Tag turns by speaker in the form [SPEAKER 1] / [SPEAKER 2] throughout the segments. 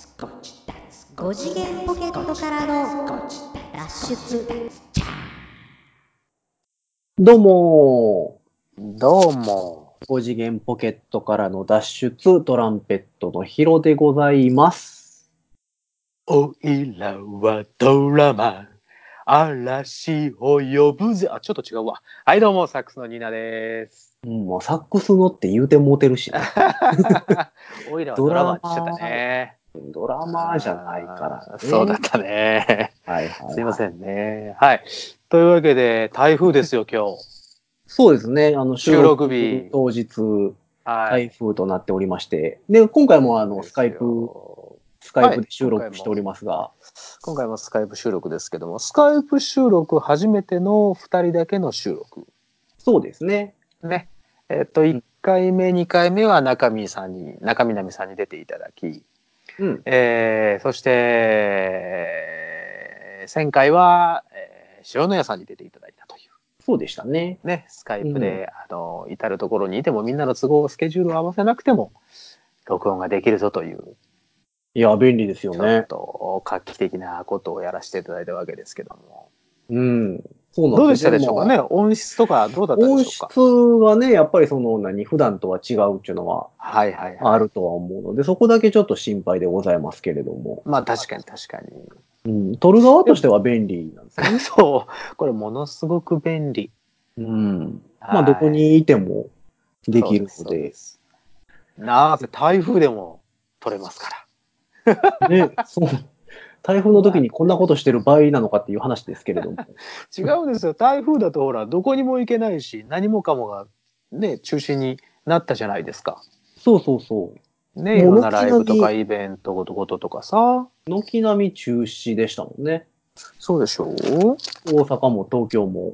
[SPEAKER 1] 5次元ポケットからの脱出。
[SPEAKER 2] どうもーどうもー5次元ポケットからの脱出トランペットのヒロでございます。
[SPEAKER 3] おいらはドラマ、嵐を呼ぶぜ。あ、ちょっと違うわ。はい、どうも、サックスのニーナです。
[SPEAKER 2] うん、もうサックスのって言うてもうてるしな、
[SPEAKER 3] おいらはドラマって言ってたね。
[SPEAKER 2] ドラマーじゃないから、ね。
[SPEAKER 3] そうだっ。たね。
[SPEAKER 2] はいはい。
[SPEAKER 3] すいませんね。はい。というわけで、台風ですよ、今日。
[SPEAKER 2] そうですね。あの、
[SPEAKER 3] 収録日
[SPEAKER 2] 当日、
[SPEAKER 3] は
[SPEAKER 2] 台。風となっておりまして。で、今回もあの、スカイプ、スカイプで収
[SPEAKER 3] はい
[SPEAKER 2] 録しておりますが、
[SPEAKER 3] 今回もスカイプ収録ですけども、スカイプ収録初めての2人だけの収録。
[SPEAKER 2] そうですね。
[SPEAKER 3] ね。えっと、1回目、2回目は中身さんに、中南さんに出ていただき、
[SPEAKER 2] うん。
[SPEAKER 3] えーそして、えー前回は、えー塩野屋さんに出ていただいたとい
[SPEAKER 2] そうでしたね。
[SPEAKER 3] うね、スカイプで、あの、至るところにいてもみんなの都合、スケジュールを合わせなくても、録音ができるぞという、
[SPEAKER 2] いや、便利ですよ
[SPEAKER 3] ちょ
[SPEAKER 2] ね
[SPEAKER 3] っ。と画期的なことをやらせていただいたわけですけども。
[SPEAKER 2] うん。そうなん
[SPEAKER 3] どうでしたでしょうかね音質とかどうだった
[SPEAKER 2] 音
[SPEAKER 3] でしょうか
[SPEAKER 2] 質はね、やっぱりその何、普段とは違うっていうのは
[SPEAKER 3] はいはいはい。
[SPEAKER 2] あるとは思うので、そこだけちょっと心配でございますけれども、
[SPEAKER 3] まあ確かに 確かに。
[SPEAKER 2] うん、撮る側としては便利なんですね。
[SPEAKER 3] そう。これものすごく便利。
[SPEAKER 2] うん。まあ、
[SPEAKER 3] はい
[SPEAKER 2] どこにいてもできる
[SPEAKER 3] そ
[SPEAKER 2] の
[SPEAKER 3] うそう
[SPEAKER 2] で、
[SPEAKER 3] すなぜ台風でも取れますから。
[SPEAKER 2] ね、そう。台風の時にこんなことしてる場合なのかっていう話ですけれども。
[SPEAKER 3] 違うんですよ台風だとほらどこにも行けないし何もかもがね中止になったじゃないですか。
[SPEAKER 2] そうそうそ
[SPEAKER 3] ねい
[SPEAKER 2] も
[SPEAKER 3] ろ
[SPEAKER 2] うん
[SPEAKER 3] なライブと
[SPEAKER 2] 軒
[SPEAKER 3] か
[SPEAKER 2] 並
[SPEAKER 3] イベントごとごととかさ
[SPEAKER 2] う。軒並み中止でしたもんね。
[SPEAKER 3] そうでしょう
[SPEAKER 2] 大阪も東京も、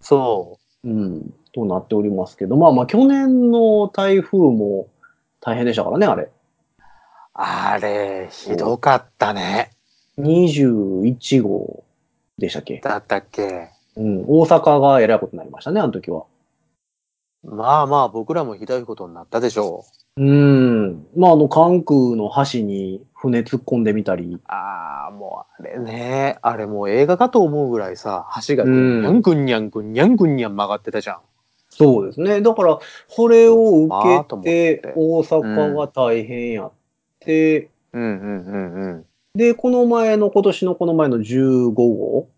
[SPEAKER 3] そ
[SPEAKER 2] うん、となっておりますけど、まあまあ、去年の台風も大変でしたからね、あれ。
[SPEAKER 3] うあれひどかったね
[SPEAKER 2] 21号でしたっけ、
[SPEAKER 3] だったっけ
[SPEAKER 2] うん、大阪がえらいことになりましたね、あの時は。
[SPEAKER 3] まあまあ僕らもひどいことになったでしょう
[SPEAKER 2] うん。まあ、あの、関空の橋に船突っ込んでみたり、
[SPEAKER 3] ああもうあれねあれもう映画かと思うぐらいさ橋がぐにゃんぐにゃんぐにゃんぐにゃん曲がってたじゃん
[SPEAKER 2] そうですね。だから、これを受
[SPEAKER 3] まあと
[SPEAKER 2] け
[SPEAKER 3] 思って
[SPEAKER 2] て、大阪は大変やって、
[SPEAKER 3] うんうんうん
[SPEAKER 2] で、この前の、今年のこの前の15号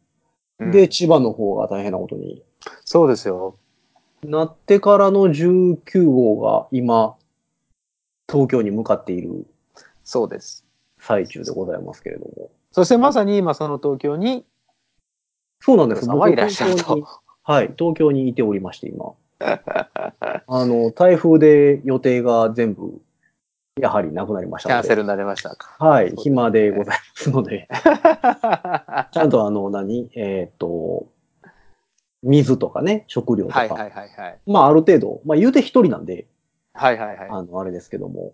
[SPEAKER 3] うん
[SPEAKER 2] で、千葉の方が大変なことに
[SPEAKER 3] そうですよ
[SPEAKER 2] なってからの19号が今、東京に向かっている
[SPEAKER 3] そうです
[SPEAKER 2] 最中でございますけれども。
[SPEAKER 3] そしてまさに今その東京に
[SPEAKER 2] そうなんです。
[SPEAKER 3] さんはいらっしゃる
[SPEAKER 2] 僕東京に
[SPEAKER 3] と。
[SPEAKER 2] はい、東京にいておりまして、 今。あの、台風で予定が全部、やはりなくなりまし
[SPEAKER 3] キ
[SPEAKER 2] たの
[SPEAKER 3] ャン
[SPEAKER 2] で。
[SPEAKER 3] セルになりましたか。
[SPEAKER 2] はい、
[SPEAKER 3] そうですね
[SPEAKER 2] 暇でございますの で、ちゃんとあの、何、えーっと、水とかね、食料とか、
[SPEAKER 3] はいはいはいはい。
[SPEAKER 2] まあある程度、まあ言うて一人なんで、
[SPEAKER 3] はいはいはい。
[SPEAKER 2] あの、あれですけども、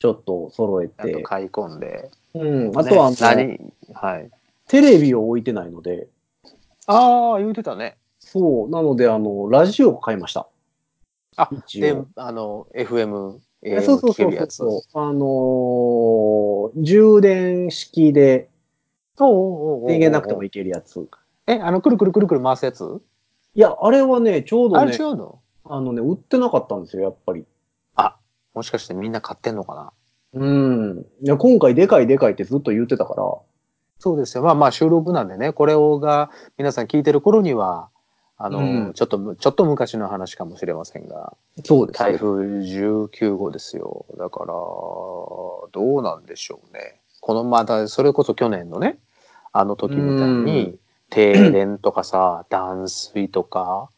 [SPEAKER 2] ちょっと揃え
[SPEAKER 3] ちゃんと
[SPEAKER 2] て、
[SPEAKER 3] 買い込んで。
[SPEAKER 2] うん、あとはあ
[SPEAKER 3] ね
[SPEAKER 2] の、
[SPEAKER 3] 何はい。
[SPEAKER 2] テレビを置いてないので、
[SPEAKER 3] ああ、言うてたね。
[SPEAKER 2] そう、なので、あの、ラジオを買いました。
[SPEAKER 3] あ
[SPEAKER 2] 一
[SPEAKER 3] で
[SPEAKER 2] 応。、
[SPEAKER 3] あの、FM、
[SPEAKER 2] え
[SPEAKER 3] AM
[SPEAKER 2] そうそう
[SPEAKER 3] 聞け
[SPEAKER 2] そう
[SPEAKER 3] るやつ。
[SPEAKER 2] そう。あのー充電式で
[SPEAKER 3] おうおうおうおう
[SPEAKER 2] 電源なくてもいけるやつ。
[SPEAKER 3] え、あの、くるくるくるくる回すやつ
[SPEAKER 2] いや、あれはね、ちょうど
[SPEAKER 3] あれ
[SPEAKER 2] ね
[SPEAKER 3] 違、うの
[SPEAKER 2] あのね、売ってなかったんですよ、やっぱり。
[SPEAKER 3] もしかしてみんな買ってんのかな
[SPEAKER 2] うん。いや、今回でかいでかいってずっと言ってたから、
[SPEAKER 3] そうですよ。まあまあ収録なんでね、これをが皆さん聞いてる頃には、あの、
[SPEAKER 2] うん
[SPEAKER 3] ちょっとむ、ちょっと昔の話かもしれませんが。
[SPEAKER 2] そうです、
[SPEAKER 3] 台風19号ですよ。だから、どうなんでしょうね。このまた、それこそ去年のね、あの時みたいうに、停電とかさ、断水とか、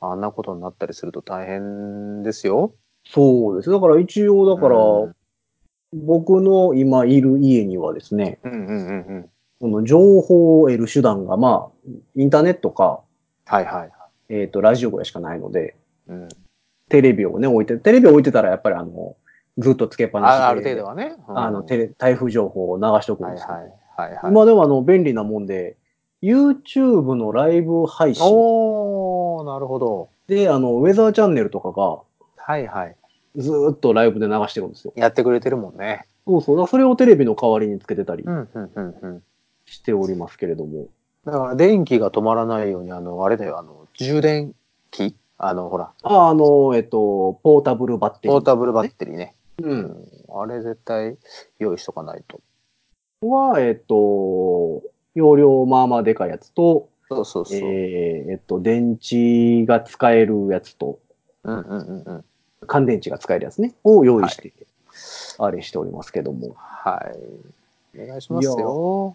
[SPEAKER 3] あんなことになったりすると大変ですよ。
[SPEAKER 2] そうです。だから一応、だから、
[SPEAKER 3] うん
[SPEAKER 2] 僕の今いる家にはですね、
[SPEAKER 3] うんうんうんうん。
[SPEAKER 2] この情報を得る手段が、まあ、インターネットか、
[SPEAKER 3] はいはい。
[SPEAKER 2] えっ、と、ラジオぐらいしかないので、
[SPEAKER 3] うん、
[SPEAKER 2] テレビをね、置いて、テレビを置いてたら、やっぱりあの、ずっとつけっぱなしで、
[SPEAKER 3] あある程度はね。うん
[SPEAKER 2] あの、テレ、台風情報を流しておくん
[SPEAKER 3] はい
[SPEAKER 2] ですよ
[SPEAKER 3] はいはいはい。
[SPEAKER 2] 今でもあの、便利なもんで、YouTube のライブ配信
[SPEAKER 3] おー、なるほど。
[SPEAKER 2] で、あの、ウェザーチャンネルとかが、
[SPEAKER 3] はいはい。
[SPEAKER 2] ずーっとライブで流してるんですよ。
[SPEAKER 3] やってくれてるもんね。
[SPEAKER 2] そうそう。だからそれをテレビの代わりにつけてたり
[SPEAKER 3] うん、うん、うん、うん。
[SPEAKER 2] しておりますけれども。
[SPEAKER 3] だから電気が止まらないように、あの、あれだよ、あの、充電器あの、ほら、
[SPEAKER 2] ああの、えっと、ポータブルバッテリー。
[SPEAKER 3] ポータブルバッテリーね。
[SPEAKER 2] うん。
[SPEAKER 3] あれ絶対用意しとかないと。
[SPEAKER 2] は、えっと、容量まあまあでかいやつと、
[SPEAKER 3] そうそうそう。
[SPEAKER 2] えーえっと、電池が使えるやつと、
[SPEAKER 3] うんうんうんうん。
[SPEAKER 2] 乾電池が使えるやつね、を用意して、あれしておりますけども。
[SPEAKER 3] はい。お願いしますよ。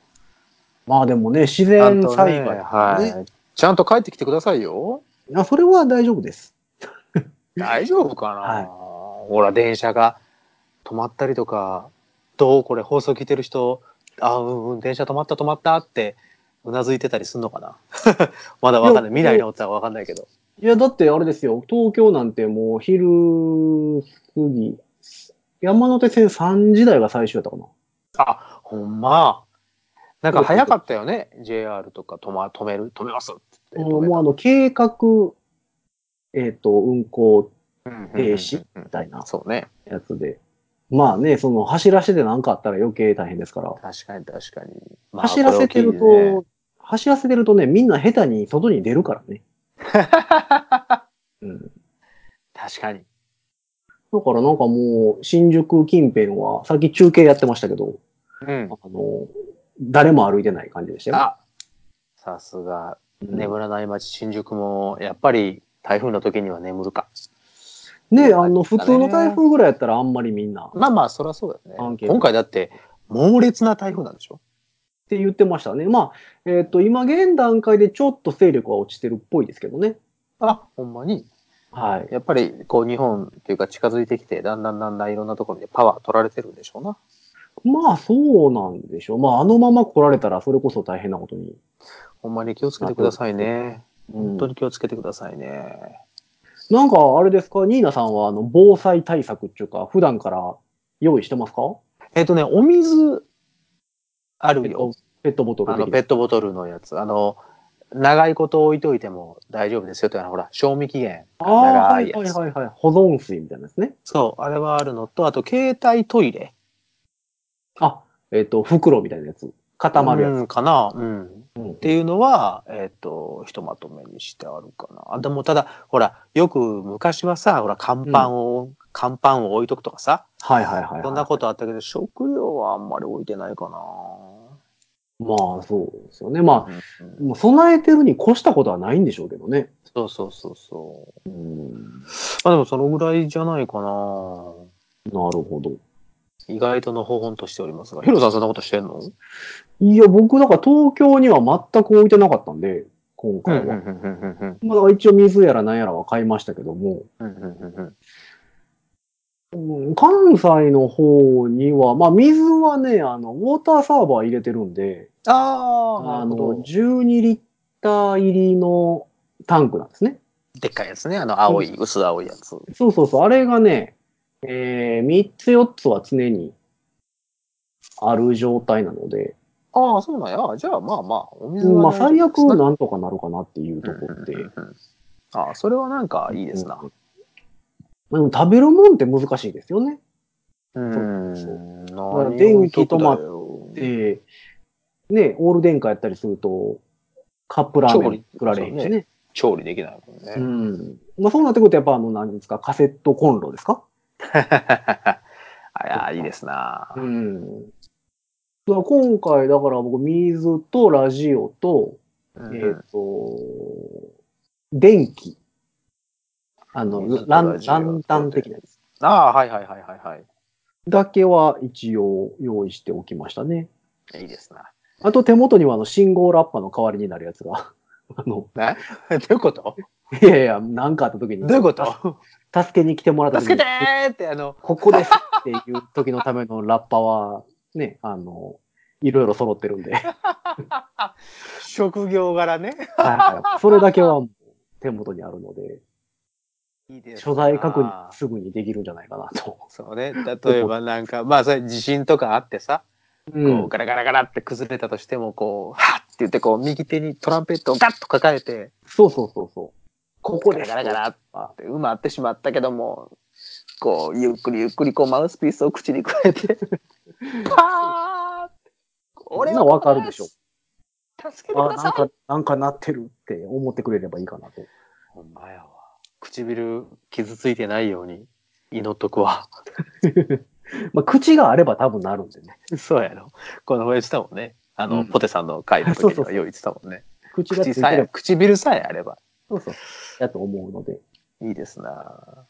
[SPEAKER 2] まあでもね、自
[SPEAKER 3] ちゃ
[SPEAKER 2] 然
[SPEAKER 3] んとね
[SPEAKER 2] 災害、ね
[SPEAKER 3] はい。ちゃんと帰ってきてくださいよ。
[SPEAKER 2] あそれは大丈夫です。
[SPEAKER 3] 大丈夫かな、
[SPEAKER 2] はい
[SPEAKER 3] ほら、電車が止まったりとか、どうこれ放送聞いてる人、あうんうん、電車止まった止まったって、うなずいてたりすんのかな まだわかんない。
[SPEAKER 2] いや
[SPEAKER 3] 未来のおっさんはわかんないけど。
[SPEAKER 2] いや、だってあれですよ、東京なんてもう昼過ぎ、山手線3時台が最終やったかな。
[SPEAKER 3] あ、ほんま。なんか早かったよね。JR とか止,、ま、止める、止めますって言って止めた
[SPEAKER 2] もうあの、計画、えっ、と、運行停止
[SPEAKER 3] うんうんうんうん
[SPEAKER 2] みたいな
[SPEAKER 3] そうね。
[SPEAKER 2] やつで。まあね、その、走らせてなんかあったら余計大変ですから。
[SPEAKER 3] 確かに確かに。まあ
[SPEAKER 2] 走らせてる
[SPEAKER 3] これを聞い
[SPEAKER 2] と、走らせてるとね、みんな下手に外に出るから ね。うん。
[SPEAKER 3] 確かに。
[SPEAKER 2] だからなんかもう、新宿近辺は、さっき中継やってましたけど、
[SPEAKER 3] うん。
[SPEAKER 2] あの、誰も歩いてない感じでしたよ。
[SPEAKER 3] あさす
[SPEAKER 2] う
[SPEAKER 3] が、
[SPEAKER 2] ん
[SPEAKER 3] 眠らない街、新宿も、やっぱり台風の時には眠るか。
[SPEAKER 2] ね、あの、普通の台風ぐらいやったらあんまりみんな、っ
[SPEAKER 3] まあまあ、そりゃそうだ
[SPEAKER 2] ア
[SPEAKER 3] よ
[SPEAKER 2] ン
[SPEAKER 3] ね。
[SPEAKER 2] ケート
[SPEAKER 3] 今回だって、猛烈な台風なんでしょ
[SPEAKER 2] て言ってましたね。まあ、えっ、と、今現段階でちょっと勢力は落ちてるっぽいですけどね。
[SPEAKER 3] あ、ほんまに。
[SPEAKER 2] はい。
[SPEAKER 3] やっぱり、こう、日本っていうか近づいてきて、だんだんだんだんいろんなところでパワー取られてるんでしょうな。
[SPEAKER 2] まあそうなんでしょう。まああのまま来られたらそれこそ大変なことに。
[SPEAKER 3] ほんまに気をつけてくださいね。
[SPEAKER 2] うん
[SPEAKER 3] 本当に気をつけてくださいね。
[SPEAKER 2] なんかあれですか、ニーナさんはあの防災対策っていうか、普段から用意してますか
[SPEAKER 3] えっとね、お水、あ
[SPEAKER 2] ペ
[SPEAKER 3] る
[SPEAKER 2] ッ
[SPEAKER 3] よ
[SPEAKER 2] ト。ペットボトル
[SPEAKER 3] あ
[SPEAKER 2] で
[SPEAKER 3] の、ペットボトルのやつ。あの、長いこと置いといても大丈夫ですよって、あの、ほら、賞味期限
[SPEAKER 2] あ
[SPEAKER 3] が
[SPEAKER 2] あー、
[SPEAKER 3] 長
[SPEAKER 2] はいい
[SPEAKER 3] やつ。
[SPEAKER 2] はいはいはい。保存水みたいなですね。
[SPEAKER 3] そう、あれはあるのと、あと、携帯トイレ。
[SPEAKER 2] あ、えっ、と、袋みたいなやつ。固まるや
[SPEAKER 3] うんかな。うん。っ
[SPEAKER 2] つ。うん
[SPEAKER 3] ていうのは、えっ、と、ひとまとめにしてあるかな。あでも、ただ、ほら、よく昔はさ、ほら、乾パンを、乾パンを置いとくとかさ、
[SPEAKER 2] はいはいはい、はい。
[SPEAKER 3] そんなことあったけど、食料はあんまり置いてないかな。
[SPEAKER 2] まあそうですよね。ま
[SPEAKER 3] う
[SPEAKER 2] あ、
[SPEAKER 3] ん
[SPEAKER 2] もう備えてるに越したことはないんでしょうけどね。
[SPEAKER 3] そうそうそうそう。
[SPEAKER 2] うん。
[SPEAKER 3] まあでも、そのぐらいじゃないかな。
[SPEAKER 2] なるほど。
[SPEAKER 3] 意外とのほほんとしておりますが。ヒロさんそんなことしてんの
[SPEAKER 2] いや、僕、だから東京には全く置いてなかったんで、今回は。まあ、だから一応水やら何やらは買いましたけども、うん関西の方には、まあ水はね、あの、ウォーターサーバー入れてるんで、
[SPEAKER 3] あ
[SPEAKER 2] あ
[SPEAKER 3] あ
[SPEAKER 2] の、
[SPEAKER 3] の、
[SPEAKER 2] 12リッター入りのタンクなんですね。
[SPEAKER 3] でっかいやつね。あの、青い、薄青いやつ。
[SPEAKER 2] そうそうそう、あれがね、えー、3つ4つは常にある状態なので、
[SPEAKER 3] ああ、そうなんや。じゃあ、まあまあ、お水
[SPEAKER 2] ま
[SPEAKER 3] は
[SPEAKER 2] あ
[SPEAKER 3] ね、
[SPEAKER 2] 最悪
[SPEAKER 3] な
[SPEAKER 2] なんとかなるかなっていうところで。
[SPEAKER 3] ああ、それはなんかいいですな。
[SPEAKER 2] うん。でも食べるもんって難しいですよね。
[SPEAKER 3] う
[SPEAKER 2] うん
[SPEAKER 3] ん。
[SPEAKER 2] そう
[SPEAKER 3] 何を
[SPEAKER 2] 電気止まっ
[SPEAKER 3] 置いとくだよ
[SPEAKER 2] で、ね、オール電化やったりすると、カップラーメン作られへんしね。
[SPEAKER 3] 調理できないもんね。
[SPEAKER 2] うん。まあそうなってくると、やっぱあの、何ですか、カセットコンロですか
[SPEAKER 3] あいや、いいですな。
[SPEAKER 2] うん。だから今回、だから僕、水とラジオと、えっ、と、電気。あの
[SPEAKER 3] 水、と
[SPEAKER 2] ラ
[SPEAKER 3] ラ
[SPEAKER 2] ン
[SPEAKER 3] ジオ
[SPEAKER 2] ランタン的なやつ。
[SPEAKER 3] ああ、はいはいはいはい
[SPEAKER 2] だけは一応用意しておきましたね。
[SPEAKER 3] はい。いいですな。
[SPEAKER 2] あと手元にはあの信号ラッパの代わりになるやつが。 あの、
[SPEAKER 3] ね どういうこと
[SPEAKER 2] いやいや、なんかあった時に。
[SPEAKER 3] どういうこと
[SPEAKER 2] 助けに来てもらった時
[SPEAKER 3] 助け
[SPEAKER 2] に
[SPEAKER 3] て、ーって、あの、
[SPEAKER 2] ここですっていう時のためのラッパは、ね、あの、いろいろ揃ってる んで、はい
[SPEAKER 3] 職業柄ね。
[SPEAKER 2] はい、それだけはもう手元にあるので、
[SPEAKER 3] いいですな
[SPEAKER 2] 所在確認すぐにできるんじゃないかなと。
[SPEAKER 3] そうね。例えばなんか、まあ、それ地震とかあってさ、
[SPEAKER 2] う、
[SPEAKER 3] こうんガラガラガラって崩れたとしても、こう、はっって言って、こう、右手にトランペットをガッと抱えて、
[SPEAKER 2] そうそうそうそう。ここです
[SPEAKER 3] ガラガラガラ
[SPEAKER 2] あ
[SPEAKER 3] って、馬あってしまったけども、こう、ゆっくりゆっくり、こう、マウスピースを口にくわ えて、パーって俺
[SPEAKER 2] まあわかるでしょ。
[SPEAKER 3] 助けてく
[SPEAKER 2] あ、
[SPEAKER 3] だ
[SPEAKER 2] な
[SPEAKER 3] さ
[SPEAKER 2] ん
[SPEAKER 3] い
[SPEAKER 2] か、なんかなってるって思ってくれればいいかなと。
[SPEAKER 3] ほんまやわ。唇傷ついてないように祈っとくわ。
[SPEAKER 2] まあ、口があれば多分なるんでね。
[SPEAKER 3] そうやろ。この前言ってたもんね。あの、
[SPEAKER 2] うん
[SPEAKER 3] ポテさんの回の時
[SPEAKER 2] そうそ
[SPEAKER 3] に
[SPEAKER 2] うそ
[SPEAKER 3] は
[SPEAKER 2] う
[SPEAKER 3] よう言ってたもんね。
[SPEAKER 2] 口がつ
[SPEAKER 3] 口
[SPEAKER 2] いて
[SPEAKER 3] さ
[SPEAKER 2] れ
[SPEAKER 3] え
[SPEAKER 2] ば、、
[SPEAKER 3] 唇さえあれば
[SPEAKER 2] そうそう、だと思うので。
[SPEAKER 3] いいですな。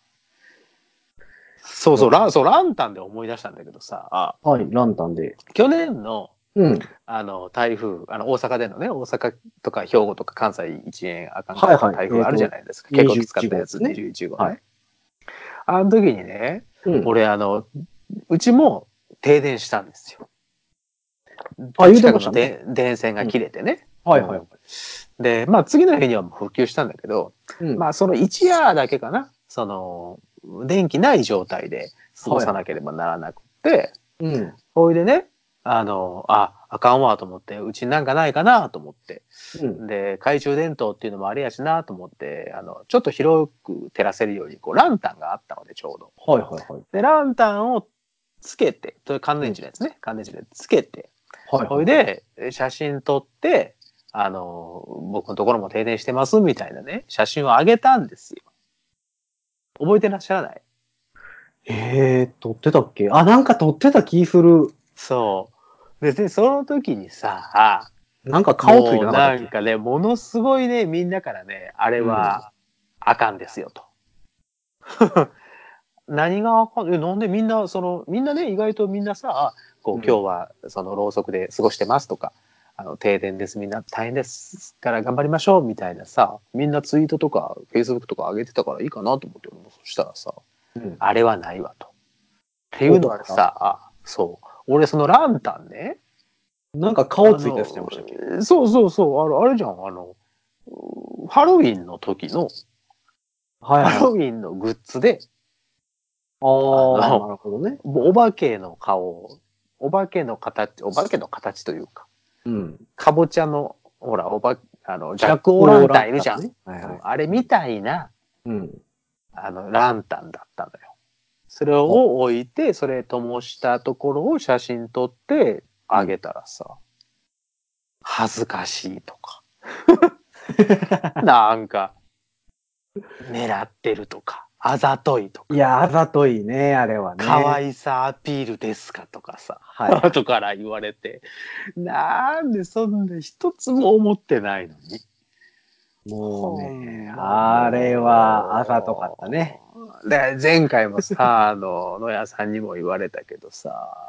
[SPEAKER 3] そうそう、ラン、そう、ランタンで思い出したんだけどさ、あ
[SPEAKER 2] はい、ランタンで。
[SPEAKER 3] 去年の、
[SPEAKER 2] うん。
[SPEAKER 3] あの、台風、あの、大阪でのね、大阪とか兵庫とか関西一円あかん
[SPEAKER 2] はいはい
[SPEAKER 3] 台風あるじゃないですか。
[SPEAKER 2] えーと
[SPEAKER 3] 結構きつかったや
[SPEAKER 2] 21
[SPEAKER 3] つ、
[SPEAKER 2] 号ね
[SPEAKER 3] 21号ね。
[SPEAKER 2] はい
[SPEAKER 3] あの時にね、
[SPEAKER 2] うん、
[SPEAKER 3] 俺、あの、うちも停電したんですよ。
[SPEAKER 2] あ言うてましたね
[SPEAKER 3] 近くので電線が切れてね。
[SPEAKER 2] はいはいはい。
[SPEAKER 3] で、まあ、次の日にはもう復旧したんだけど、
[SPEAKER 2] うん
[SPEAKER 3] まあ、その一夜だけかな、その、電気ない状態で過ごさなければならなくて、
[SPEAKER 2] うん。
[SPEAKER 3] ほいでね、あの、あ、あかんわと思って、うちなんかないかなと思って。
[SPEAKER 2] うん。
[SPEAKER 3] で、懐中電灯っていうのもあれやしなと思って、あの、ちょっと広く照らせるように、こう、ランタンがあったので、ちょうど。
[SPEAKER 2] はいはいはい。
[SPEAKER 3] で、ランタンをつけて、と乾電池のやつね、乾電池でつけて、
[SPEAKER 2] はい、
[SPEAKER 3] ほいで、写真撮って、あの、僕のところも停電してます、みたいなね、写真を上げたんですよ。覚えてらっしゃらない
[SPEAKER 2] えー、撮ってたっけあ、なんか撮ってた気する。
[SPEAKER 3] そう。で、でその時にさ、
[SPEAKER 2] なんか顔ついてなかっ
[SPEAKER 3] もうな
[SPEAKER 2] た
[SPEAKER 3] ん
[SPEAKER 2] っ
[SPEAKER 3] かね、ものすごいね、みんなからね、あれは、あかんですよ、と。 何があかん、え、なんでみんな、その、みんなね、意外とみんなさ、こう、
[SPEAKER 2] うん
[SPEAKER 3] 今日は、その、ろうそくで過ごしてますとか、あの、停電です、みんな大変ですから頑張りましょう、みたいなさ、みんなツイートとか、フェイスブックとか上げてたからいいかなと思って、俺もそしたらさ、
[SPEAKER 2] け、うん
[SPEAKER 3] あれはないわ、と。っていうのが
[SPEAKER 2] そうだ
[SPEAKER 3] さ、あ、そう。俺、そのランタンね、
[SPEAKER 2] なんか顔ついたやつちゃいましたっけ
[SPEAKER 3] あのそうそうそう、あれあれじゃん、あの、うーハロウィンの時の、
[SPEAKER 2] はいはい。
[SPEAKER 3] ハロウィンのグッズで、
[SPEAKER 2] あー、
[SPEAKER 3] あの
[SPEAKER 2] なるほどね。
[SPEAKER 3] もうお化けの顔を、お化けの形、お化けの形というか、
[SPEAKER 2] うん。
[SPEAKER 3] かぼちゃの、ほら、おばあの、ジャック・オーランタンいるじゃん。
[SPEAKER 2] ね。はいはい。
[SPEAKER 3] あれみたいな、
[SPEAKER 2] うん。
[SPEAKER 3] あの、ランタンだったのよ。それを置いて、それ灯したところを写真撮ってあげたらさ、恥ずかしいとか。なんか、狙ってるとか、あざといとか、
[SPEAKER 2] いや、あざといね、あれはね。
[SPEAKER 3] 可
[SPEAKER 2] い。
[SPEAKER 3] 愛さアピールですかとかさ、
[SPEAKER 2] はい。
[SPEAKER 3] 後から言われて、なんでそんな一つも思ってないのに。
[SPEAKER 2] もうね、あれはあざとかったね。。
[SPEAKER 3] で前回もさあの 野屋さんにも言われたけ どさ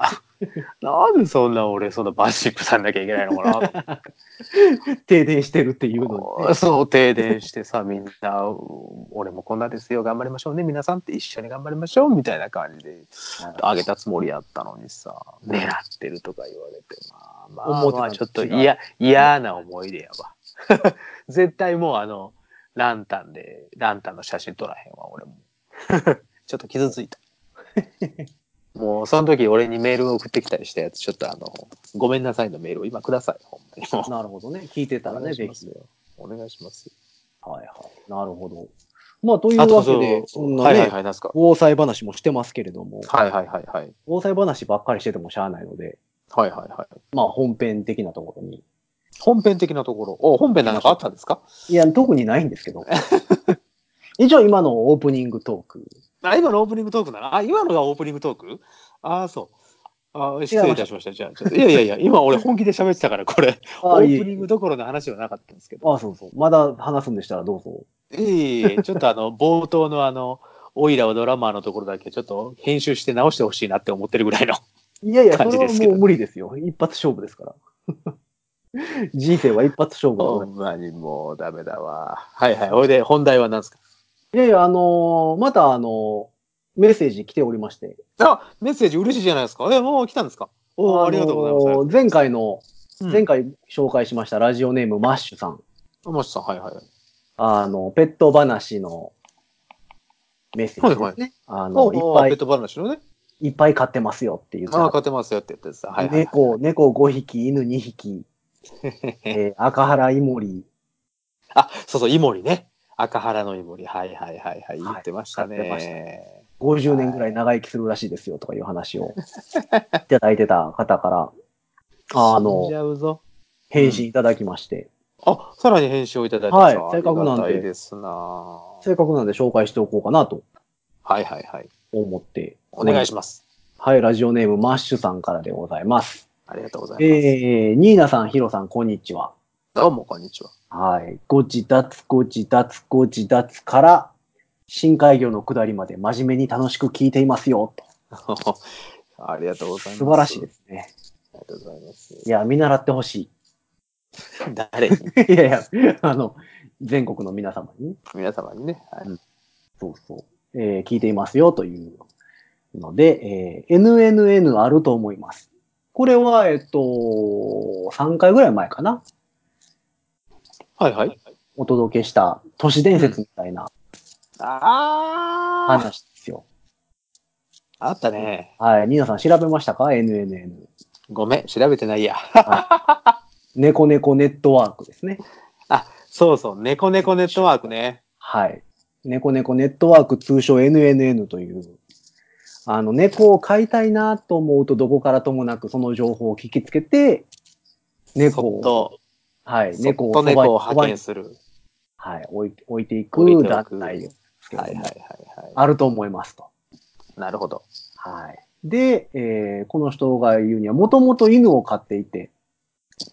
[SPEAKER 3] なんでそんな俺そんなバッシングさんなきゃいけないのかなと
[SPEAKER 2] 停電してるっていうの
[SPEAKER 3] 思ってそう停電してさみんなうん俺もこんなですよ頑張りましょうね皆さんって一緒に頑張りましょうみたいな感じであげたつもりやったのにさ狙ってるとか言われてまあまあ
[SPEAKER 2] 思
[SPEAKER 3] まあ
[SPEAKER 2] って
[SPEAKER 3] ちょ
[SPEAKER 2] た
[SPEAKER 3] っと
[SPEAKER 2] のと違う
[SPEAKER 3] 嫌嫌な思い出やわ 絶対もうあのランタンでランタンの写真撮らへんわ 俺もちょっと傷ついた もうその時俺にメールを送ってきたりしたやつちょっとあのごめんなさいのメールを今くださいほんまにも
[SPEAKER 2] ね。なるほどね。聞いてた
[SPEAKER 3] う
[SPEAKER 2] ら
[SPEAKER 3] お願
[SPEAKER 2] ね、
[SPEAKER 3] いし
[SPEAKER 2] ぜ
[SPEAKER 3] ま
[SPEAKER 2] ひ
[SPEAKER 3] す。よお願いします
[SPEAKER 2] はいはい。なるほど。まあ、という
[SPEAKER 3] あと
[SPEAKER 2] わけ
[SPEAKER 3] そ
[SPEAKER 2] で
[SPEAKER 3] う、
[SPEAKER 2] そんなね、
[SPEAKER 3] はいはいはいなんすか
[SPEAKER 2] 防災話もしてますけれども、
[SPEAKER 3] はいはいはいはい
[SPEAKER 2] 防災話ばっかりしててもしゃあないので、
[SPEAKER 3] はいはいはい
[SPEAKER 2] まあ、本編的なところに。
[SPEAKER 3] 本編的なところお本編なんかあったんですか
[SPEAKER 2] いや、特にないんですけど。 一応、今のオープニングトーク。
[SPEAKER 3] あ、今のオープニングトークなのあ、今のがオープニングトークああ、そう。あ失礼いたしました。じゃあ、ちょっといやいやいや、今俺本気で喋ってたから、これ、オープニングどころの話はなかったんですけど。
[SPEAKER 2] あ、そうそう。まだ話すんでしたらどうぞ。
[SPEAKER 3] いえいえいえ、ちょっとあの、冒頭のあの、オイラはドラマーのところだけちょっと編集して直してほしいなって思ってるぐら いの。
[SPEAKER 2] いやいや、そ
[SPEAKER 3] 感じ
[SPEAKER 2] れ
[SPEAKER 3] で
[SPEAKER 2] は
[SPEAKER 3] すけど
[SPEAKER 2] もう無理ですよ。一発勝負ですから。 人生は一発勝負だと思いま
[SPEAKER 3] まにもうダメだわ。はいはい。ほいで、本題は何ですか
[SPEAKER 2] す。いやいや、あのーまたあのーメッセージ来ておりまして。
[SPEAKER 3] あ、メッセージ嬉しいじゃないですか。え、もう来たんですかおーありがとうございますありがとう
[SPEAKER 2] ます。前回の、
[SPEAKER 3] ございます。
[SPEAKER 2] 前回紹介しましたラジオネームマッシュさん。
[SPEAKER 3] うん、天下さん、はいはい。
[SPEAKER 2] あの、ペット話のメッセージですね。
[SPEAKER 3] はいは
[SPEAKER 2] あ
[SPEAKER 3] おー
[SPEAKER 2] の、い
[SPEAKER 3] ペ
[SPEAKER 2] っ
[SPEAKER 3] ット話のね。
[SPEAKER 2] ぱい、いっぱい飼ってますよっていう
[SPEAKER 3] ああ、
[SPEAKER 2] さ、
[SPEAKER 3] 勝てますよって言ってさ。はいはい、はい。
[SPEAKER 2] 猫、猫5匹、犬2匹、 えー赤原イモリ、
[SPEAKER 3] あ、そうそう、イモリね。赤原のイモリ。はいはいはいはい。言
[SPEAKER 2] はい
[SPEAKER 3] ってましたね。
[SPEAKER 2] 買ってまし50年ぐらい長生きするらしいですよとかいう話をいただいてた方から、あ
[SPEAKER 3] 死んじ
[SPEAKER 2] の、
[SPEAKER 3] ゃうぞ。
[SPEAKER 2] 返信いただきまして、
[SPEAKER 3] あ、さらに返信をいただいた
[SPEAKER 2] はい
[SPEAKER 3] あ
[SPEAKER 2] せっ
[SPEAKER 3] り
[SPEAKER 2] かくな
[SPEAKER 3] が
[SPEAKER 2] んで
[SPEAKER 3] たいですなは
[SPEAKER 2] せっかくなんで紹介しておこうかなと
[SPEAKER 3] いはいはい。
[SPEAKER 2] 思って。
[SPEAKER 3] お願いし
[SPEAKER 2] ま
[SPEAKER 3] ます。
[SPEAKER 2] す。はい、ラジオネームマッシュさんからでございます。
[SPEAKER 3] ありがとうございます。
[SPEAKER 2] えー、ニーナさん、ヒロさん、こんにちは。
[SPEAKER 3] どうも、こんにちは。
[SPEAKER 2] はい。ごちだつ、ごちだつ、ごちだつから、深海魚の下りまで真面目に楽しく聞いていますよ。と
[SPEAKER 3] ありがとうございます。。
[SPEAKER 2] 素晴らしいですすね。
[SPEAKER 3] ありがとうございます。
[SPEAKER 2] いや、見習ってほし
[SPEAKER 3] 誰に
[SPEAKER 2] い。いやいや、あの、全国の皆様にね。
[SPEAKER 3] 皆様にね。はい
[SPEAKER 2] そうそう。えー聞いていますよ、というので、えー NNN あると思います。これは、えっと、3回ぐらい前かな。
[SPEAKER 3] はいはい。
[SPEAKER 2] お届けした都市伝説みたいな
[SPEAKER 3] あ
[SPEAKER 2] 話ですよ。
[SPEAKER 3] ああったね。
[SPEAKER 2] はい。ニーナさん調べましたか ?NNN。
[SPEAKER 3] ごめん、調べてないや。
[SPEAKER 2] 猫猫ネットワークですね。
[SPEAKER 3] あ、そうそう、猫猫ネットワークね。
[SPEAKER 2] はい。猫猫ネットワーク通称 NNN という、あの、猫を飼いたいなと思うとどこからともなくその情報を聞きつけて、猫
[SPEAKER 3] そっ
[SPEAKER 2] を、
[SPEAKER 3] と、
[SPEAKER 2] はい、
[SPEAKER 3] そっ
[SPEAKER 2] 猫を
[SPEAKER 3] と猫を
[SPEAKER 2] そばに
[SPEAKER 3] 派遣する。
[SPEAKER 2] はい、置いて置いてい
[SPEAKER 3] 置い
[SPEAKER 2] く
[SPEAKER 3] てお
[SPEAKER 2] 団
[SPEAKER 3] く
[SPEAKER 2] 体ですけれ
[SPEAKER 3] は
[SPEAKER 2] ど
[SPEAKER 3] い
[SPEAKER 2] も、
[SPEAKER 3] はいはいは
[SPEAKER 2] あると思いますと。
[SPEAKER 3] い。なるほど。
[SPEAKER 2] はい。で、えーこの人が言うには、もともと犬を飼っていて、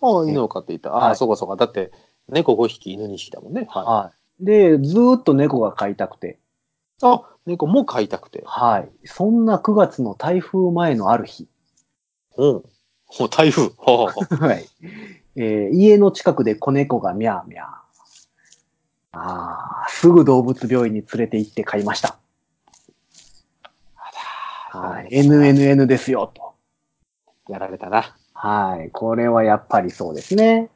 [SPEAKER 3] あ犬を飼っていた。あ、
[SPEAKER 2] はい
[SPEAKER 3] そうかそうか。だって、猫5匹、犬2匹だもんね。はい。
[SPEAKER 2] はい。で、ずーっと猫が飼いたくて、
[SPEAKER 3] あ、猫も飼いたくて。
[SPEAKER 2] はい。そんな9月の台風前のある日、
[SPEAKER 3] うん。お台風。ほうほうほう
[SPEAKER 2] はい。えー家の近くで子猫がミャーミャー。あーすぐ動物病院に連れて行って買いました。はい。NNN ですよ、と。
[SPEAKER 3] やられたな。
[SPEAKER 2] はい。これはやっぱりそうですね。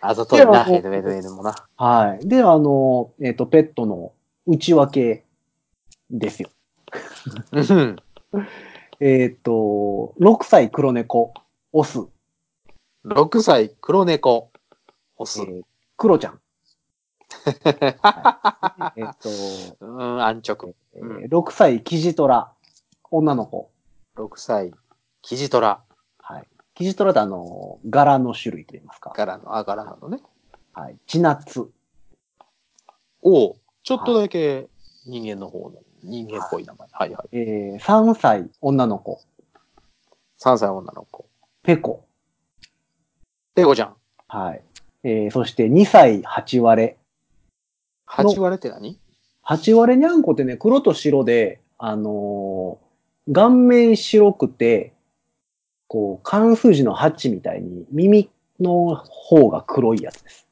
[SPEAKER 3] あざといな、
[SPEAKER 2] では
[SPEAKER 3] NNN もな。
[SPEAKER 2] はい。で、あの、えっ、と、ペットの内訳ですよ。
[SPEAKER 3] うん。
[SPEAKER 2] えっ、と、6歳黒猫、オス、
[SPEAKER 3] 6歳、黒猫、オ
[SPEAKER 2] え
[SPEAKER 3] ス。
[SPEAKER 2] ー、黒ちゃん。 はいえっと、
[SPEAKER 3] うん、安直。
[SPEAKER 2] え
[SPEAKER 3] うん
[SPEAKER 2] ー6歳キジトラ、女の子。
[SPEAKER 3] 6歳、キジトラ
[SPEAKER 2] はい。キジトラってあの、柄の種類といいますか。
[SPEAKER 3] からの、あ、からなのね。
[SPEAKER 2] はい。チナツ。
[SPEAKER 3] おうちょっとだけ人間の方の、人間っぽい名前。はいはい。
[SPEAKER 2] えー、3歳女の子。
[SPEAKER 3] 3歳女の子。
[SPEAKER 2] ペコ。
[SPEAKER 3] ペコちゃん。
[SPEAKER 2] はい。えー、そして2歳8割れ。
[SPEAKER 3] 8割れって何
[SPEAKER 2] 8割れにゃんこってね、黒と白で、あのー顔面白くて、こう、関数字の8みたいに、耳の方が黒いやつです。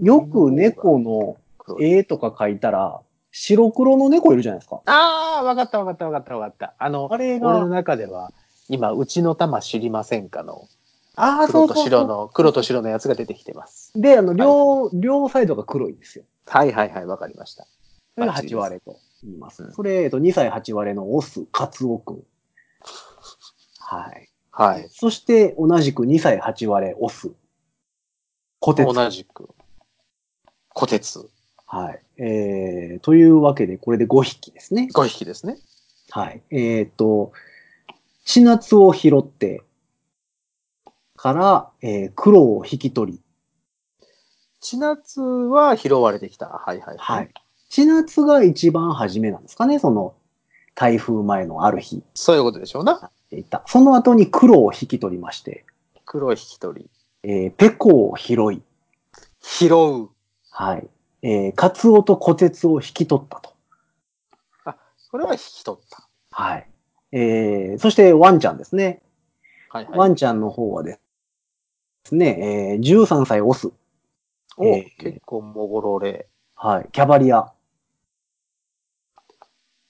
[SPEAKER 2] よく猫の
[SPEAKER 3] 黒い。
[SPEAKER 2] 絵とか描いたら、白黒の猫いるじゃないですか。
[SPEAKER 3] ああ、わかったわかったわかったわかった。あの、
[SPEAKER 2] あれが
[SPEAKER 3] 俺の中では、今、うちの玉知りませんかの、
[SPEAKER 2] あ
[SPEAKER 3] 黒と白の、黒と白のやつが出てきてます。
[SPEAKER 2] で、あの、両、両サイドが黒いんですよ。
[SPEAKER 3] はいはいはい、わかりました。
[SPEAKER 2] それが
[SPEAKER 3] バッチリ
[SPEAKER 2] 8割
[SPEAKER 3] です
[SPEAKER 2] れと言います。
[SPEAKER 3] うん
[SPEAKER 2] それ、えっと、2歳8割れのオス、カツオくん。はい。
[SPEAKER 3] はい。
[SPEAKER 2] そして、同じく2歳8割れ、オス、コテツ。
[SPEAKER 3] 同じく。虎鉄。
[SPEAKER 2] はい。えー、というわけで、これで5匹ですね。
[SPEAKER 3] 5匹ですね。
[SPEAKER 2] はい。えっ、と、チナツを拾って、から、えー、黒を引き取り、
[SPEAKER 3] 千夏は拾われてきた。はいはい。
[SPEAKER 2] はい。。千夏が一番初めなんですかね、その、台風前のある日
[SPEAKER 3] そういうことでしょうな。
[SPEAKER 2] でいた。その後に黒を引き取りまして、
[SPEAKER 3] 黒引き取り。
[SPEAKER 2] えーペコを拾い、
[SPEAKER 3] 拾う。
[SPEAKER 2] はい。えーカツオとコテツを引き取ったと。
[SPEAKER 3] これは引き取った。
[SPEAKER 2] はい。えーそしてワンちゃんですね。
[SPEAKER 3] はいはい。
[SPEAKER 2] ワンちゃんの方はですね、えー13歳オス、
[SPEAKER 3] お、
[SPEAKER 2] えー
[SPEAKER 3] 結構もごろれ。
[SPEAKER 2] はい、キャバリア。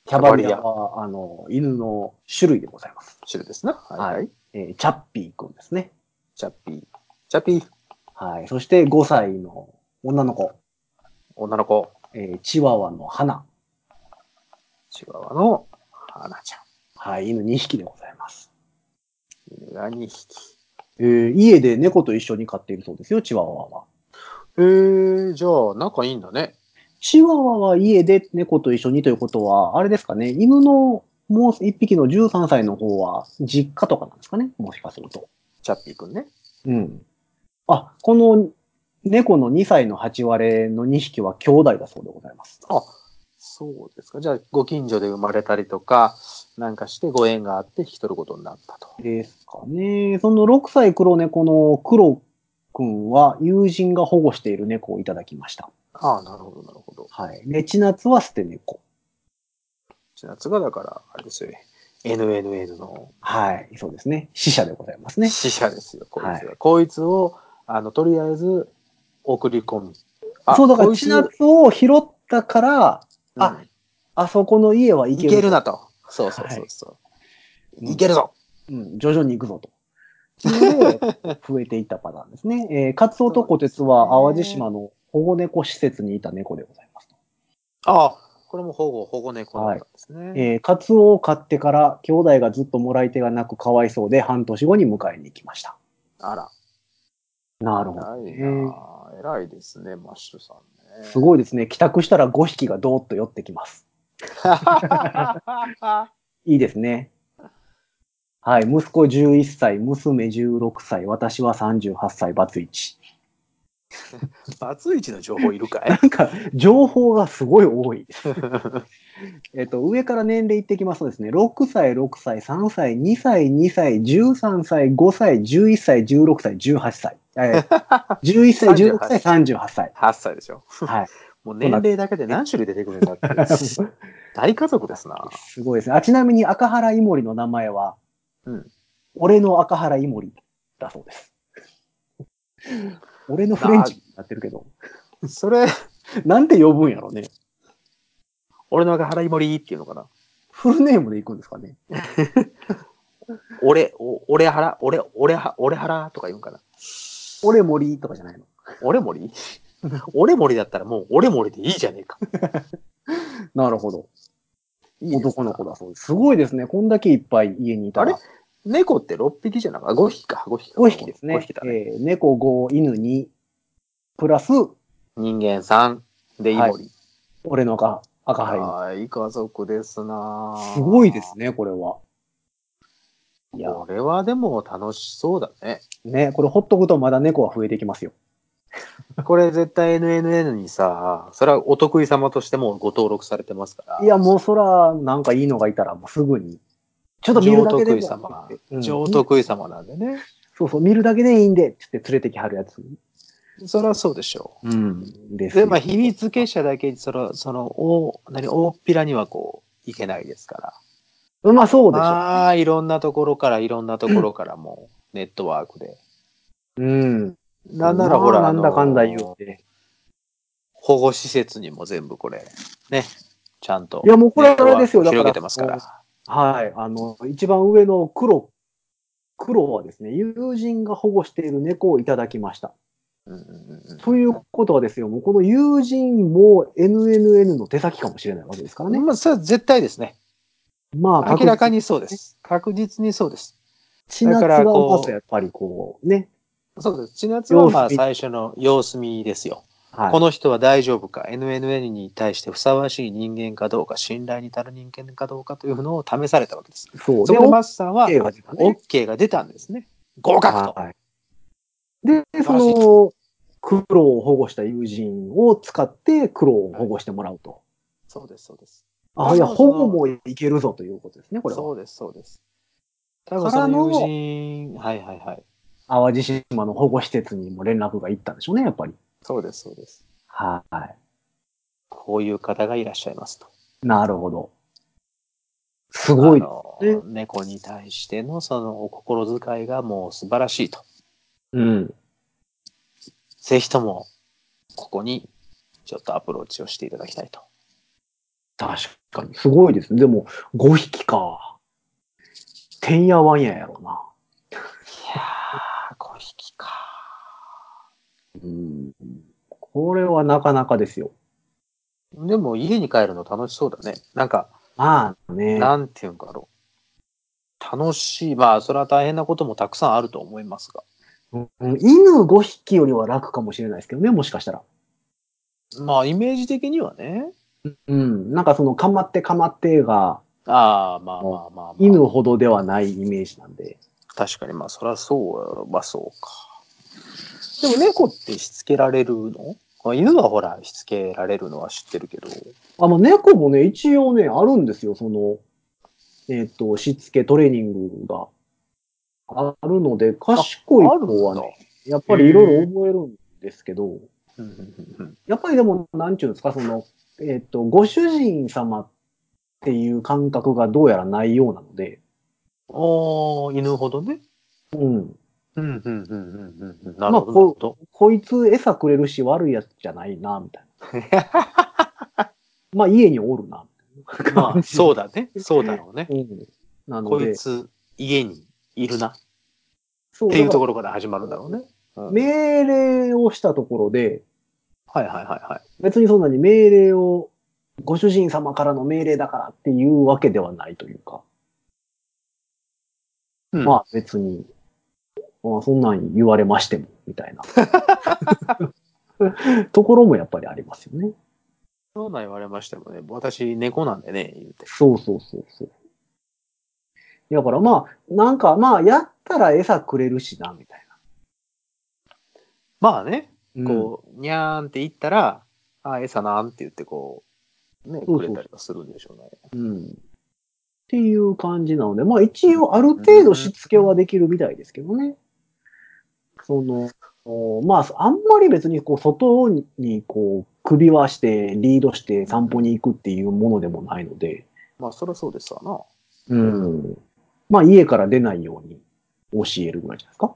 [SPEAKER 2] キャ
[SPEAKER 3] バ
[SPEAKER 2] バ
[SPEAKER 3] リア
[SPEAKER 2] リアは、あの、犬の種類でございます。
[SPEAKER 3] 汁ですな。はい、はい、
[SPEAKER 2] はえーチャッピーくんですね。
[SPEAKER 3] チャッピー。チャッピー。
[SPEAKER 2] はい。そして5歳の女の子、
[SPEAKER 3] 女の子。
[SPEAKER 2] えーチワワの花。
[SPEAKER 3] チワワの花ちゃん。
[SPEAKER 2] はい。犬2匹でございます。
[SPEAKER 3] 犬が2匹。
[SPEAKER 2] えー家で猫と一緒に飼っているそうですよ、チワワは。
[SPEAKER 3] えー、じゃあ仲いいんだね。
[SPEAKER 2] チワワは家で猫と一緒にということは、あれですかね、犬のもう一匹の13歳の方は実家とかなんですかね、もしかすると。
[SPEAKER 3] チャッピーくんね。
[SPEAKER 2] うん。あ、この猫の2歳の8割の2匹は兄弟だそうでございます。
[SPEAKER 3] あ、そうですか。じゃあ、ご近所で生まれたりとか、なんかしてご縁があって引き取ることになったと。
[SPEAKER 2] ですかね。その6歳黒猫の黒くんは友人が保護している猫をいただきました。
[SPEAKER 3] ああ、なるほど、なるほど。
[SPEAKER 2] はい。で、千夏は捨て猫。
[SPEAKER 3] 千夏が、だから、あれですよね。NNN の
[SPEAKER 2] はい。そうですね。死者でございますね。
[SPEAKER 3] 死者ですよ、こいつが。
[SPEAKER 2] はい
[SPEAKER 3] こいつを、あの、とりあえず、送り込み。あ
[SPEAKER 2] そう、だから
[SPEAKER 3] こいつ
[SPEAKER 2] 千夏を拾ったから、
[SPEAKER 3] うん
[SPEAKER 2] ああそこの家は行
[SPEAKER 3] い
[SPEAKER 2] ける。
[SPEAKER 3] けるなと。そうそうそうそう。
[SPEAKER 2] い
[SPEAKER 3] い、けるぞ
[SPEAKER 2] うん、徐々に行くぞ と。それで、増えていったパターンですね。えー、カツオとコテツは淡路島の保護猫施設にいた猫でございます。
[SPEAKER 3] ああ、これも保護、保護猫だったんですね。
[SPEAKER 2] えー、カツオを買ってから兄弟がずっともらい手がなくかわいそうで半年後に迎えに行きました。
[SPEAKER 3] あら、
[SPEAKER 2] なるほど。
[SPEAKER 3] 偉いなあ偉いですね、マッシュさんね。
[SPEAKER 2] すごいですね。帰宅したら5匹がドーッと寄ってきます。いいですね。はい。息子11歳、娘16歳、私は38歳、バツイチ。
[SPEAKER 3] バツイチの情報いるかい
[SPEAKER 2] なんか、情報がすごい多いです。えっと、上から年齢いってきますとですね、6歳、6歳、3歳、2歳、2歳、13歳、5歳、11歳、16歳、18歳。えー11歳、16歳、38歳。
[SPEAKER 3] 8歳でしょ。
[SPEAKER 2] はい。
[SPEAKER 3] もう年齢だけで何種類出てくるん だって。大家族ですな。
[SPEAKER 2] すごいですね。あ、ちなみに赤原イモリの名前は、
[SPEAKER 3] うん
[SPEAKER 2] 俺の赤原イモリだそうです。俺のフレンチになってるけど、
[SPEAKER 3] それ、
[SPEAKER 2] なんて呼ぶんやろね。
[SPEAKER 3] 俺の腹いもりっていうのかな。
[SPEAKER 2] フルネームで行くんですかね。
[SPEAKER 3] 俺、お俺腹、俺、俺は、俺腹とか言うんかな。
[SPEAKER 2] 俺森とかじゃないの。
[SPEAKER 3] 俺森 俺森だったらもう俺森でいいじゃねえか。
[SPEAKER 2] なるほど。
[SPEAKER 3] いいですか
[SPEAKER 2] 男の子だそうです。すごいですね。こんだけいっぱい家にいたら。
[SPEAKER 3] あ猫って6匹じゃなくて、5匹か、5匹か。
[SPEAKER 2] 5匹ですね。
[SPEAKER 3] 5匹だね。
[SPEAKER 2] えー猫5、犬2、プラス、
[SPEAKER 3] 人間3でイモリ。
[SPEAKER 2] 俺の赤、赤
[SPEAKER 3] はい、
[SPEAKER 2] ハ
[SPEAKER 3] い家族ですな
[SPEAKER 2] イ。
[SPEAKER 3] あ
[SPEAKER 2] すごいです。ね、これは。いや、
[SPEAKER 3] これはでも楽しそうだね。
[SPEAKER 2] ね、これほっとくとまだ猫は増えていきますよ。
[SPEAKER 3] これ絶対 NNN にさ、それはお得意様としてもうご登録されてますから。
[SPEAKER 2] いや、もうそら、なんかいいのがいたら、もうすぐに。ちょっと見る
[SPEAKER 3] 上
[SPEAKER 2] だけで
[SPEAKER 3] 得
[SPEAKER 2] も
[SPEAKER 3] 意様
[SPEAKER 2] う。ん
[SPEAKER 3] 上得意様なんでね。
[SPEAKER 2] そうそう、見るだけでいいんで、って言って連れてきはるやつ。
[SPEAKER 3] そりゃそうでしょ
[SPEAKER 2] うん。で
[SPEAKER 3] う。
[SPEAKER 2] すよ
[SPEAKER 3] で、まあ、秘密結社だけに、その、その、大、何、大っぴらにはこう、いけないですから。
[SPEAKER 2] うんまあ、そうでしょう。
[SPEAKER 3] まあ、いろんなところから、いろんなところからもう、ネットワークで。
[SPEAKER 2] うん。
[SPEAKER 3] なんならほら、
[SPEAKER 2] まあな
[SPEAKER 3] あの
[SPEAKER 2] んだかんだ言うて。
[SPEAKER 3] 保護施設にも全部これ、ね、ちゃんと。
[SPEAKER 2] いやもうこれあれですよ
[SPEAKER 3] ネットワーク
[SPEAKER 2] だから
[SPEAKER 3] を広げてますから。
[SPEAKER 2] はい。あの、一番上の黒、黒はですね、友人が保護している猫をいただきました。
[SPEAKER 3] うんうんうん
[SPEAKER 2] ということはですよ、もうこの友人も NNN の手先かもしれないわけですからね。
[SPEAKER 3] まあ、それは絶対ですね。
[SPEAKER 2] まあ、
[SPEAKER 3] 明らか
[SPEAKER 2] に。
[SPEAKER 3] にそうです。確実にそうです。
[SPEAKER 2] 血なつ
[SPEAKER 3] だか
[SPEAKER 2] が
[SPEAKER 3] らこう
[SPEAKER 2] まずやっぱりこう、ね。
[SPEAKER 3] そうです。千夏はま
[SPEAKER 2] 様
[SPEAKER 3] あ
[SPEAKER 2] 子見
[SPEAKER 3] 最初の様子見ですよ。
[SPEAKER 2] はい。
[SPEAKER 3] この人は大丈夫か、NNN に対してふさわしい人間かどうか、信頼に足る人間かどうかというのを試されたわけです。
[SPEAKER 2] そう。
[SPEAKER 3] そ
[SPEAKER 2] で、
[SPEAKER 3] こでマ
[SPEAKER 2] OK
[SPEAKER 3] スさんは、
[SPEAKER 2] が出たね
[SPEAKER 3] OK が出たんですね。合格と。
[SPEAKER 2] はいで、その、
[SPEAKER 3] 素
[SPEAKER 2] 黒を保護した友人を使って黒を保護してもらうと。
[SPEAKER 3] そうです、そうです。
[SPEAKER 2] あ、いや、
[SPEAKER 3] 多分そ
[SPEAKER 2] 保
[SPEAKER 3] の
[SPEAKER 2] 護もいけるぞということですね、これは。
[SPEAKER 3] そうです、そうです。多分そ
[SPEAKER 2] から
[SPEAKER 3] の
[SPEAKER 2] の
[SPEAKER 3] 友人、はいはいはい。
[SPEAKER 2] 淡路島の保護施設にも連絡が行ったんでしょうね、やっぱり。
[SPEAKER 3] そうです、そうです。
[SPEAKER 2] はい。
[SPEAKER 3] こういう方がいらっしゃいますと。
[SPEAKER 2] なるほど。すごい
[SPEAKER 3] あ
[SPEAKER 2] です。
[SPEAKER 3] の
[SPEAKER 2] ね
[SPEAKER 3] 猫に対してのそのお心遣いがもう素晴らしいと。
[SPEAKER 2] うん。
[SPEAKER 3] ぜひとも、ここにちょっとアプローチをしていただきたいと。
[SPEAKER 2] 確かに。すごいですね。でも、5匹か。てんやわんややろうな。
[SPEAKER 3] いやー、5匹か。
[SPEAKER 2] うん。これはなかなかですよ。
[SPEAKER 3] でも家に帰るの楽しそうだね。なんか、
[SPEAKER 2] まあね。
[SPEAKER 3] なんていうんだろう。楽しい。まあ、それは大変なこともたくさんあると思いますが。
[SPEAKER 2] うん犬5匹よりは楽かもしれないですけどね、もしかしたら。
[SPEAKER 3] まあ、イメージ的にはね。
[SPEAKER 2] うん。なんかその、かまってかまってが、
[SPEAKER 3] ああ、まあまあまあ、まあ。
[SPEAKER 2] 犬ほどではないイメージなんで。
[SPEAKER 3] 確かに、まあ、そりゃそうはそうか。でも、猫ってしつけられるのまあ犬はほら、しつけられるのは知ってるけど。
[SPEAKER 2] あ、まあ、猫もね、一応ね、あるんですよ。その、えっ、と、しつけトレーニングがあるので、賢い
[SPEAKER 3] ある
[SPEAKER 2] 子は
[SPEAKER 3] んだ
[SPEAKER 2] ね、やっぱりいろいろ覚えるんですけど、
[SPEAKER 3] うんうんうんうん
[SPEAKER 2] やっぱりでも、なんていうんですか、その、えっ、と、ご主人様っていう感覚がどうやらないようなので、
[SPEAKER 3] おー、犬ほどね。
[SPEAKER 2] うん。
[SPEAKER 3] うんうんうんうんうんうん。
[SPEAKER 2] ま
[SPEAKER 3] な
[SPEAKER 2] あ
[SPEAKER 3] るほどなるほど。
[SPEAKER 2] こいつ餌くれるし悪いやつじゃないな、みたい な。まあ、家におるな、みたいな
[SPEAKER 3] ま
[SPEAKER 2] 感
[SPEAKER 3] あ、
[SPEAKER 2] じ。
[SPEAKER 3] そうだね。そうだろうね。
[SPEAKER 2] うん。なの
[SPEAKER 3] こ
[SPEAKER 2] で、
[SPEAKER 3] いつ、家にいるなっ
[SPEAKER 2] そう
[SPEAKER 3] ていう
[SPEAKER 2] だ
[SPEAKER 3] と
[SPEAKER 2] か
[SPEAKER 3] ころから始まるんだろうね。
[SPEAKER 2] ら
[SPEAKER 3] うん
[SPEAKER 2] 命令をしたところで、
[SPEAKER 3] はいはいはいはい。
[SPEAKER 2] 別にそんなに命令を、ご主人様からの命令だからっていうわけではないというか、
[SPEAKER 3] うん
[SPEAKER 2] まあ別に、まあそんなん言われましても、みたいな。 ところもやっぱりありますよね。
[SPEAKER 3] そうなん言われましてもね、私、猫なんでね、言うて。
[SPEAKER 2] そうそうそうそう。だからまあ、なんかまあ、やったら餌くれるしな、みたい
[SPEAKER 3] まあね、
[SPEAKER 2] な。
[SPEAKER 3] こう、にゃーんって言ったら、あ、餌なんって言って、こう、ね、
[SPEAKER 2] そう
[SPEAKER 3] くれたりはするんでしょうね。
[SPEAKER 2] うん。うん。っていう感じなので、まあ一応ある程度しつけはできるみたいですけどね。その、おまあ、あんまり別にこう、外にこう、首輪して、リードして散歩に行くっていうものでもないので、
[SPEAKER 3] まあ、そりゃそうですわな。
[SPEAKER 2] うん。まあ家から出ないように教えるぐらいじゃないですか。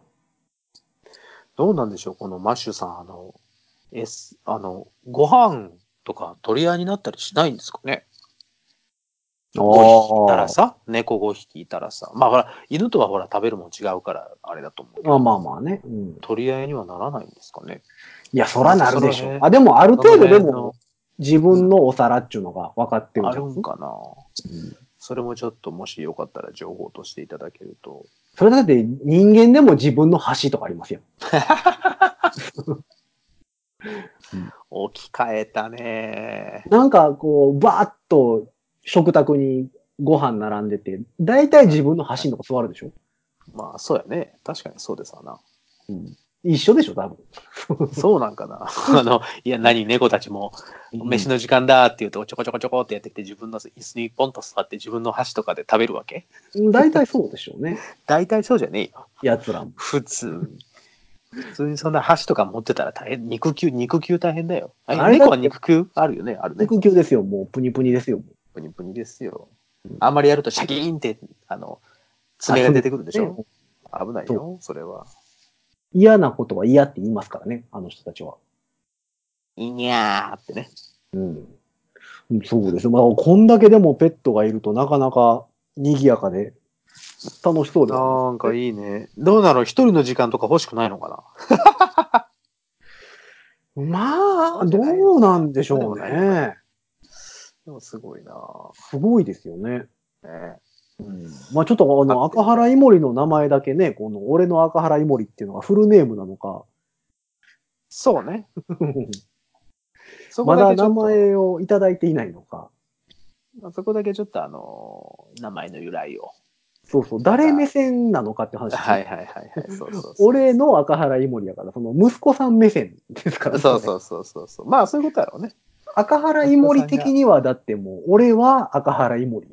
[SPEAKER 3] どうなんでしょう、このマッシュさん、あの、えす、あの、ご飯とか取り合いになったりしないんですかね。5匹いたらさ、猫5匹いたらさ、まあほら、犬とはほら、食べるもん違うから、あれだと思うけど。
[SPEAKER 2] まあまあまあね。うん。
[SPEAKER 3] 取り合いにはならないんですかね。
[SPEAKER 2] いや、そらなるでし
[SPEAKER 3] そらね
[SPEAKER 2] ょ。あ、でも、ある程度で
[SPEAKER 3] その辺の
[SPEAKER 2] も、自分のお皿っちゅうのが分かってる
[SPEAKER 3] あ
[SPEAKER 2] じゃ
[SPEAKER 3] る
[SPEAKER 2] ん
[SPEAKER 3] ん。かな。それもちょっと、もしよかったら情報としていただけると。
[SPEAKER 2] それだって、人間でも自分の箸とかありますよ。
[SPEAKER 3] 置き換えたね。
[SPEAKER 2] なんか、こう、バーッと食卓にご飯並んでて、大体自分の箸のとこ座るでしょ。
[SPEAKER 3] まあ、そうやね。確かにそうです わな。
[SPEAKER 2] 一緒でしょ、多分。
[SPEAKER 3] そうなんかな。あの、いや、何、猫たちも、飯の時間だって言うと、ちょこちょこちょこってやってきて、自分の椅子にポンと座って、自分の箸とかで食べるわけ
[SPEAKER 2] うん。大体そうでしょう ね。
[SPEAKER 3] 大体そうじゃねえよ。
[SPEAKER 2] 奴らも。
[SPEAKER 3] 普通に。 普通にそんな箸とか持ってたら大変。肉球、肉球大変だよ。あ
[SPEAKER 2] あれだ
[SPEAKER 3] 猫は肉球あるよね。あるね。
[SPEAKER 2] 肉球ですよ、もう、プニプニですよ。
[SPEAKER 3] プニプニですよ。あんまりやるとシャキーンって、あの、爪が出てくるでしょ危ないよ、それは。
[SPEAKER 2] 嫌なことは嫌って言いますからね、あの人たちは。
[SPEAKER 3] いにゃーってね。
[SPEAKER 2] うん。そうですね。まあ、こんだけでもペットがいるとなかなか賑やかで、楽しそうでは
[SPEAKER 3] なんかいいね。どうなの一人の時間とか欲しくないのかな
[SPEAKER 2] まあ、どうなんでしょう
[SPEAKER 3] そうでもな
[SPEAKER 2] ね。
[SPEAKER 3] でもすごいなぁ
[SPEAKER 2] すごいですよね。
[SPEAKER 3] ね
[SPEAKER 2] まあちょっとあの、
[SPEAKER 3] あ
[SPEAKER 2] 赤原いもりの名前だけね、この俺の赤原いもりっていうのがフルネームなのか、
[SPEAKER 3] そうね。そこ
[SPEAKER 2] ま
[SPEAKER 3] だ
[SPEAKER 2] だ
[SPEAKER 3] けちょ
[SPEAKER 2] 名
[SPEAKER 3] っと、
[SPEAKER 2] 前をいただいていないのか、
[SPEAKER 3] そこだけちょっとあのー名前の由来を。
[SPEAKER 2] そうそう、誰目線なのかって話ですね、
[SPEAKER 3] はいはいはいはい。 そうそうそう。
[SPEAKER 2] 俺の赤原いもりやから、その息子さん目線ですからね
[SPEAKER 3] そうそうそうそうそう。まあそういうことだろうね。
[SPEAKER 2] 赤原いもり的にはだってもう、俺は赤原いもり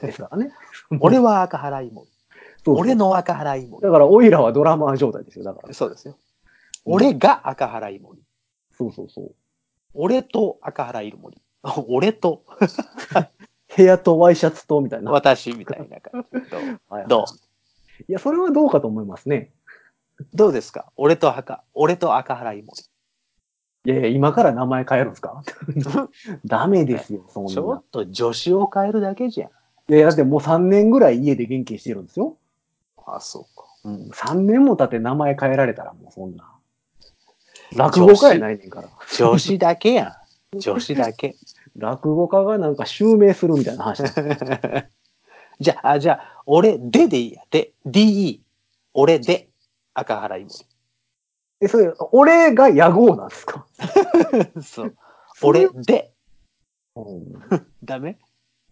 [SPEAKER 2] ですからね。
[SPEAKER 3] 俺は赤原いもり。
[SPEAKER 2] そうそう
[SPEAKER 3] 俺の赤原いも
[SPEAKER 2] だから、オイラはドラマー状態ですよ。だから
[SPEAKER 3] り。。そうですよ。俺が赤原いもり。
[SPEAKER 2] そうそうそう。
[SPEAKER 3] 俺と赤原いもり。 俺と
[SPEAKER 2] 部屋とワイシャツと、みたいな。
[SPEAKER 3] 私みたいな感じ。
[SPEAKER 2] はいはい
[SPEAKER 3] どうどう
[SPEAKER 2] いや、それはどうかと思いますね。
[SPEAKER 3] どうですか俺と赤、俺と赤原いもり。
[SPEAKER 2] いやいや、今から名前変えるんです かダメですよ、そん
[SPEAKER 3] ちょ
[SPEAKER 2] な
[SPEAKER 3] っ。と助手を変えるだけじゃん。
[SPEAKER 2] いや、だってもう3年ぐらい家で元気にしてるんですよ。
[SPEAKER 3] あ、そうか。
[SPEAKER 2] うん、3年も経って名前変えられたらもうそんな。落語家やないねんから。
[SPEAKER 3] 女子だけや ん。女子だけ。
[SPEAKER 2] 落語家がなんか襲名するみたいな話。
[SPEAKER 3] じゃあ、あじゃあ、俺ででいいや。で、DE。俺で、赤原いもり。
[SPEAKER 2] え、それ、俺が野号なんですか
[SPEAKER 3] そう。 俺で、
[SPEAKER 2] うん
[SPEAKER 3] ダメ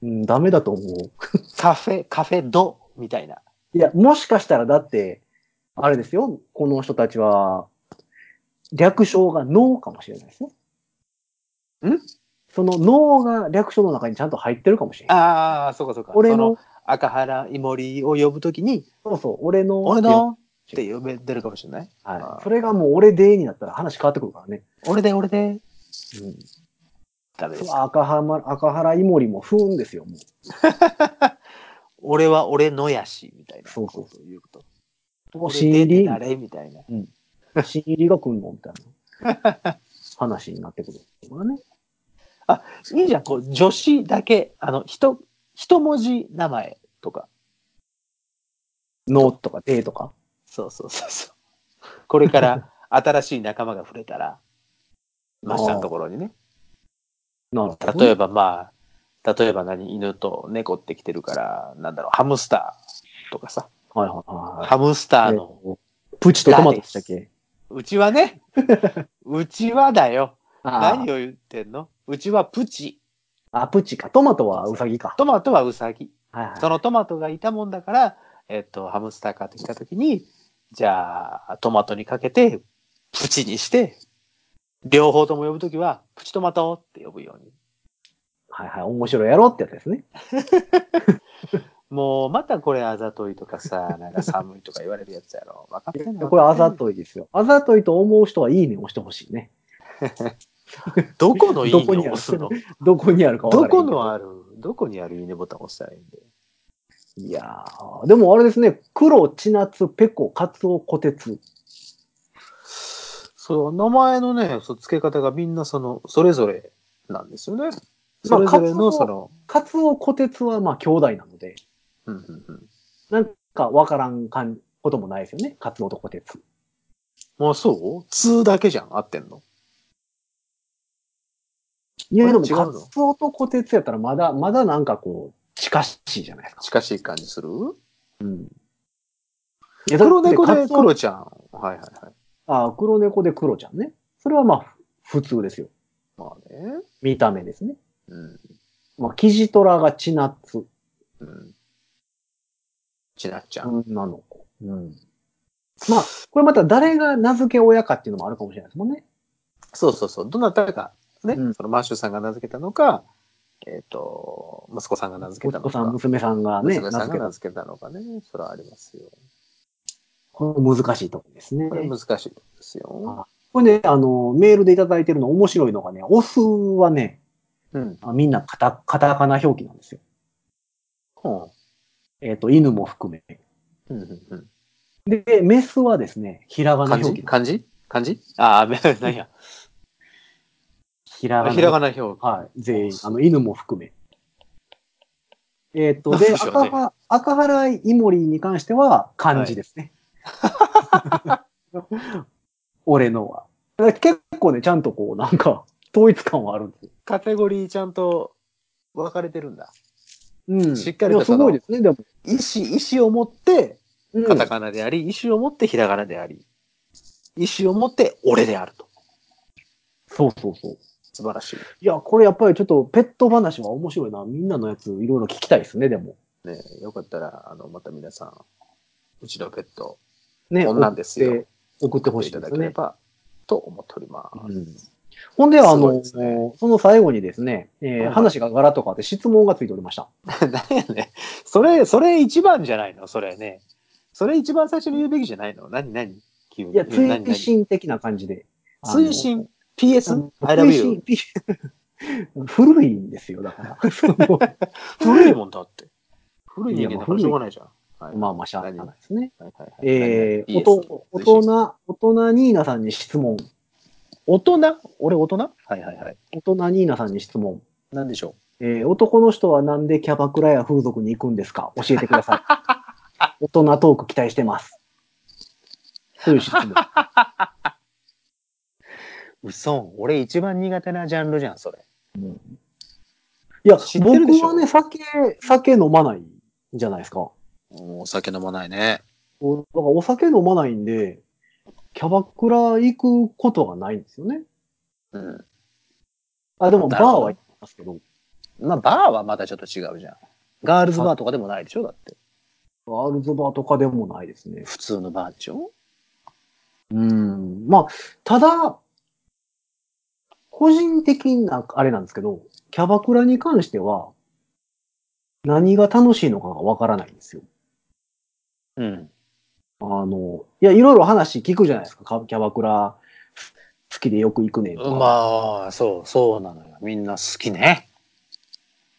[SPEAKER 2] うん、ダメだと思う。
[SPEAKER 3] カフェ、カフェド、みたいな。
[SPEAKER 2] いや、もしかしたらだって、あれですよ、この人たちは、略称が脳かもしれないですよ。
[SPEAKER 3] ん
[SPEAKER 2] その脳が略称の中にちゃんと入ってるかもしれない。
[SPEAKER 3] ああ、そうかそうか。
[SPEAKER 2] 俺
[SPEAKER 3] そ
[SPEAKER 2] の、
[SPEAKER 3] 赤原いもりを呼ぶときに、
[SPEAKER 2] そうそう、俺の、
[SPEAKER 3] 俺のって呼べてるかもしれない。
[SPEAKER 2] はい。それがもう俺でになったら話変わってくるからね。
[SPEAKER 3] 俺で、俺で、
[SPEAKER 2] うん。
[SPEAKER 3] ダメです。
[SPEAKER 2] 赤浜、赤原いもりも不運ですよ、もう。
[SPEAKER 3] 俺は俺のやし、みたいな。
[SPEAKER 2] そうそう
[SPEAKER 3] そう。いうこと。
[SPEAKER 2] お
[SPEAKER 3] 俺で
[SPEAKER 2] 新入り、
[SPEAKER 3] 誰みたいな。
[SPEAKER 2] 新入りが来んのみたいな話になってくるからね。
[SPEAKER 3] いいじゃん、こう、女子だけ、あの、ひと、一文字名前とか。
[SPEAKER 2] 脳とか手とか。
[SPEAKER 3] そうそうそうそう。これから新しい仲間が触れたら、マッシャーのところにね。
[SPEAKER 2] なるほど。
[SPEAKER 3] 例え
[SPEAKER 2] ば。
[SPEAKER 3] ばまあ、例えば何、犬と猫って来てるから、なんだろう、ハムスターとかさ。
[SPEAKER 2] はいはいはい。
[SPEAKER 3] ハムスターの、
[SPEAKER 2] プチとトマトでしたっけ
[SPEAKER 3] うちは ね、うちはだよ。
[SPEAKER 2] あ
[SPEAKER 3] 何を言ってんのうちはプチ。
[SPEAKER 2] ああ、プチか。トマトはウサギか。
[SPEAKER 3] トマトはウサギ。
[SPEAKER 2] はいはい。
[SPEAKER 3] そのトマトがいたもんだから、えっと、ハムスター買ってきたときに、じゃあ、トマトにかけて、プチにして、両方とも呼ぶときは、プチトマトって呼ぶように。
[SPEAKER 2] はいはい。面白いやろってやつですね。
[SPEAKER 3] もう、またこれあざといとか さ、なんか寒いとか言われるやつやろ。分かってんの
[SPEAKER 2] これあざといですよ。あざといと思う人はいいねを押してほしいね。
[SPEAKER 3] どこのいいね
[SPEAKER 2] どこにある
[SPEAKER 3] を押すの
[SPEAKER 2] どこにあるかわからへ
[SPEAKER 3] ど
[SPEAKER 2] んけ
[SPEAKER 3] こ
[SPEAKER 2] ど
[SPEAKER 3] のある、どこにあるいいねボタンを押したらいいんで。
[SPEAKER 2] いやー、でもあれですね、黒、チナツ、ペコ、カツオ、コテツ。
[SPEAKER 3] そう、名前のね、そう付け方がみんなその、それぞれなんですよ
[SPEAKER 2] ま
[SPEAKER 3] ね。そ
[SPEAKER 2] あ
[SPEAKER 3] れぞ
[SPEAKER 2] 活
[SPEAKER 3] れの
[SPEAKER 2] 動
[SPEAKER 3] その、
[SPEAKER 2] カツオ、コテツはまあ兄弟なので、
[SPEAKER 3] うんうんうん。
[SPEAKER 2] なんかわからんかんこともないですよね、カツオとコテツ。
[SPEAKER 3] まあそう通だけじゃん、合ってんの。
[SPEAKER 2] いや、でも
[SPEAKER 3] 違う
[SPEAKER 2] カ
[SPEAKER 3] の
[SPEAKER 2] ツオとコテツやったらまだ、まだなんかこう、近しいじゃないですか。
[SPEAKER 3] 近しい感じする
[SPEAKER 2] うん。いや
[SPEAKER 3] 黒猫で
[SPEAKER 2] 黒
[SPEAKER 3] 黒ちゃん。はいはいはい。
[SPEAKER 2] あ黒猫で黒ちゃんね。それはまあ、ふ普通ですよ。
[SPEAKER 3] まあね。
[SPEAKER 2] 見た目ですね。
[SPEAKER 3] うん。
[SPEAKER 2] まあ、キジトラがチナツ
[SPEAKER 3] うん。ちなっちゃん。
[SPEAKER 2] 女の子。うん。まあ、これまた誰が名付け親かっていうのもあるかもしれないですもんね。
[SPEAKER 3] そうそうそう。どなたか、ね、
[SPEAKER 2] うん
[SPEAKER 3] そのマッシュさんが名付けたのか、えっ、と、息子さんが名付けた
[SPEAKER 2] 息子
[SPEAKER 3] の
[SPEAKER 2] さ
[SPEAKER 3] か。
[SPEAKER 2] ん、娘さんがね、
[SPEAKER 3] 娘
[SPEAKER 2] 名
[SPEAKER 3] さん
[SPEAKER 2] 付
[SPEAKER 3] が
[SPEAKER 2] けた
[SPEAKER 3] 名。付けたのかね。それはありますよ。
[SPEAKER 2] これ難しいとこですね
[SPEAKER 3] こ。れ難しいです
[SPEAKER 2] あ
[SPEAKER 3] よ。
[SPEAKER 2] これね、あの、メールでいただいてるの面白いのがね、オスはね、
[SPEAKER 3] うん。
[SPEAKER 2] あみんなカタカタカナ表記なんですよ。
[SPEAKER 3] ほ
[SPEAKER 2] えっ、と、犬も含め。
[SPEAKER 3] ううんうんうん。
[SPEAKER 2] で、メスはですね、ひらがな
[SPEAKER 3] 漢
[SPEAKER 2] 表記
[SPEAKER 3] 字
[SPEAKER 2] なんです。
[SPEAKER 3] 漢字漢字ああ、め 何や。
[SPEAKER 2] ひらがな。
[SPEAKER 3] ひらがな表記。
[SPEAKER 2] はい、全員
[SPEAKER 3] あ、そ
[SPEAKER 2] あ
[SPEAKER 3] う
[SPEAKER 2] の、犬も含め。えーっと、で、
[SPEAKER 3] なんでしょうね
[SPEAKER 2] 赤は赤原いもりに関しては漢字です ね。俺のは。だから結構ね、ちゃんとこう、なんか、統一感はあるんですよ。
[SPEAKER 3] カテゴリーちゃんと分かれてるんだ。
[SPEAKER 2] うん。
[SPEAKER 3] しっかりと
[SPEAKER 2] いやす
[SPEAKER 3] その
[SPEAKER 2] ごいですね、でも。
[SPEAKER 3] 意思、意思を持って、
[SPEAKER 2] うん
[SPEAKER 3] カタカナであり、意思を持ってひらがなであり、意思を持って俺であると。
[SPEAKER 2] そうそうそう。
[SPEAKER 3] 素晴らしい。
[SPEAKER 2] いや、これやっぱりちょっとペット話は面白いな。みんなのやついろいろ聞きたいですね、でも。
[SPEAKER 3] ねえよかったら、あの、また皆さん、うちのペット、
[SPEAKER 2] ね、
[SPEAKER 3] こんなんですよ。
[SPEAKER 2] 送ってほしい
[SPEAKER 3] いた
[SPEAKER 2] で
[SPEAKER 3] だ
[SPEAKER 2] す
[SPEAKER 3] けれ
[SPEAKER 2] ね。
[SPEAKER 3] ば、と思っております。
[SPEAKER 2] うんほんで、あ
[SPEAKER 3] すご
[SPEAKER 2] の、
[SPEAKER 3] いですね
[SPEAKER 2] その最後にですね、えー
[SPEAKER 3] はい
[SPEAKER 2] 話が柄とかで質問がついておりました。
[SPEAKER 3] 何やねそれ、それ一番じゃないのそれね。それ一番最初に言うべきじゃないの何何急に。
[SPEAKER 2] いや、
[SPEAKER 3] 何
[SPEAKER 2] 推
[SPEAKER 3] 何
[SPEAKER 2] 進的な感じで。
[SPEAKER 3] 推進。
[SPEAKER 2] あの
[SPEAKER 3] PS? I love you.
[SPEAKER 2] 推進 古いんですよ、だ から。その
[SPEAKER 3] 古いもんだって。古い人間だからしょうがないじゃん。はい
[SPEAKER 2] まあまあ、しゃあないですね。
[SPEAKER 3] はいはいはい
[SPEAKER 2] えー、
[SPEAKER 3] 何
[SPEAKER 2] お
[SPEAKER 3] 々 PS
[SPEAKER 2] と、大人、大人ニーナさんに質問。
[SPEAKER 3] 大人俺大人はいはいはい。
[SPEAKER 2] 大人ニーナさんに質問。
[SPEAKER 3] 何でしょ
[SPEAKER 2] えー、男の人はなんでキャバクラや風俗に行くんですか教えてくださ い。大人トーク期待してます。という質問。
[SPEAKER 3] う嘘俺一番苦手なジャンルじゃん、それ。
[SPEAKER 2] いや
[SPEAKER 3] 知、ってる
[SPEAKER 2] 僕
[SPEAKER 3] でしょ
[SPEAKER 2] はね、酒、酒飲まないんじゃないですか。
[SPEAKER 3] お酒飲まないね。
[SPEAKER 2] おだからお酒飲まないんで、キャバクラ行くことがないんですよね。
[SPEAKER 3] うん。
[SPEAKER 2] あ、でもバー
[SPEAKER 3] なるほど
[SPEAKER 2] は行きますけど、
[SPEAKER 3] まあ、バーはまたちょっと違うじゃん。ガールズバーとかでもないでしょだって。
[SPEAKER 2] ガールズバーとかでもないですね。
[SPEAKER 3] 普通のバーでしょ
[SPEAKER 2] うん。まあ、ただ、個人的な、あれなんですけど、キャバクラに関しては、何が楽しいのかがわからないんですよ。
[SPEAKER 3] うん。
[SPEAKER 2] あの、いや、いろいろ話聞くじゃないですか。かキャバクラ、好きでよく行くねんとか。
[SPEAKER 3] まあ、そう、そうなのよ。みんな好きね。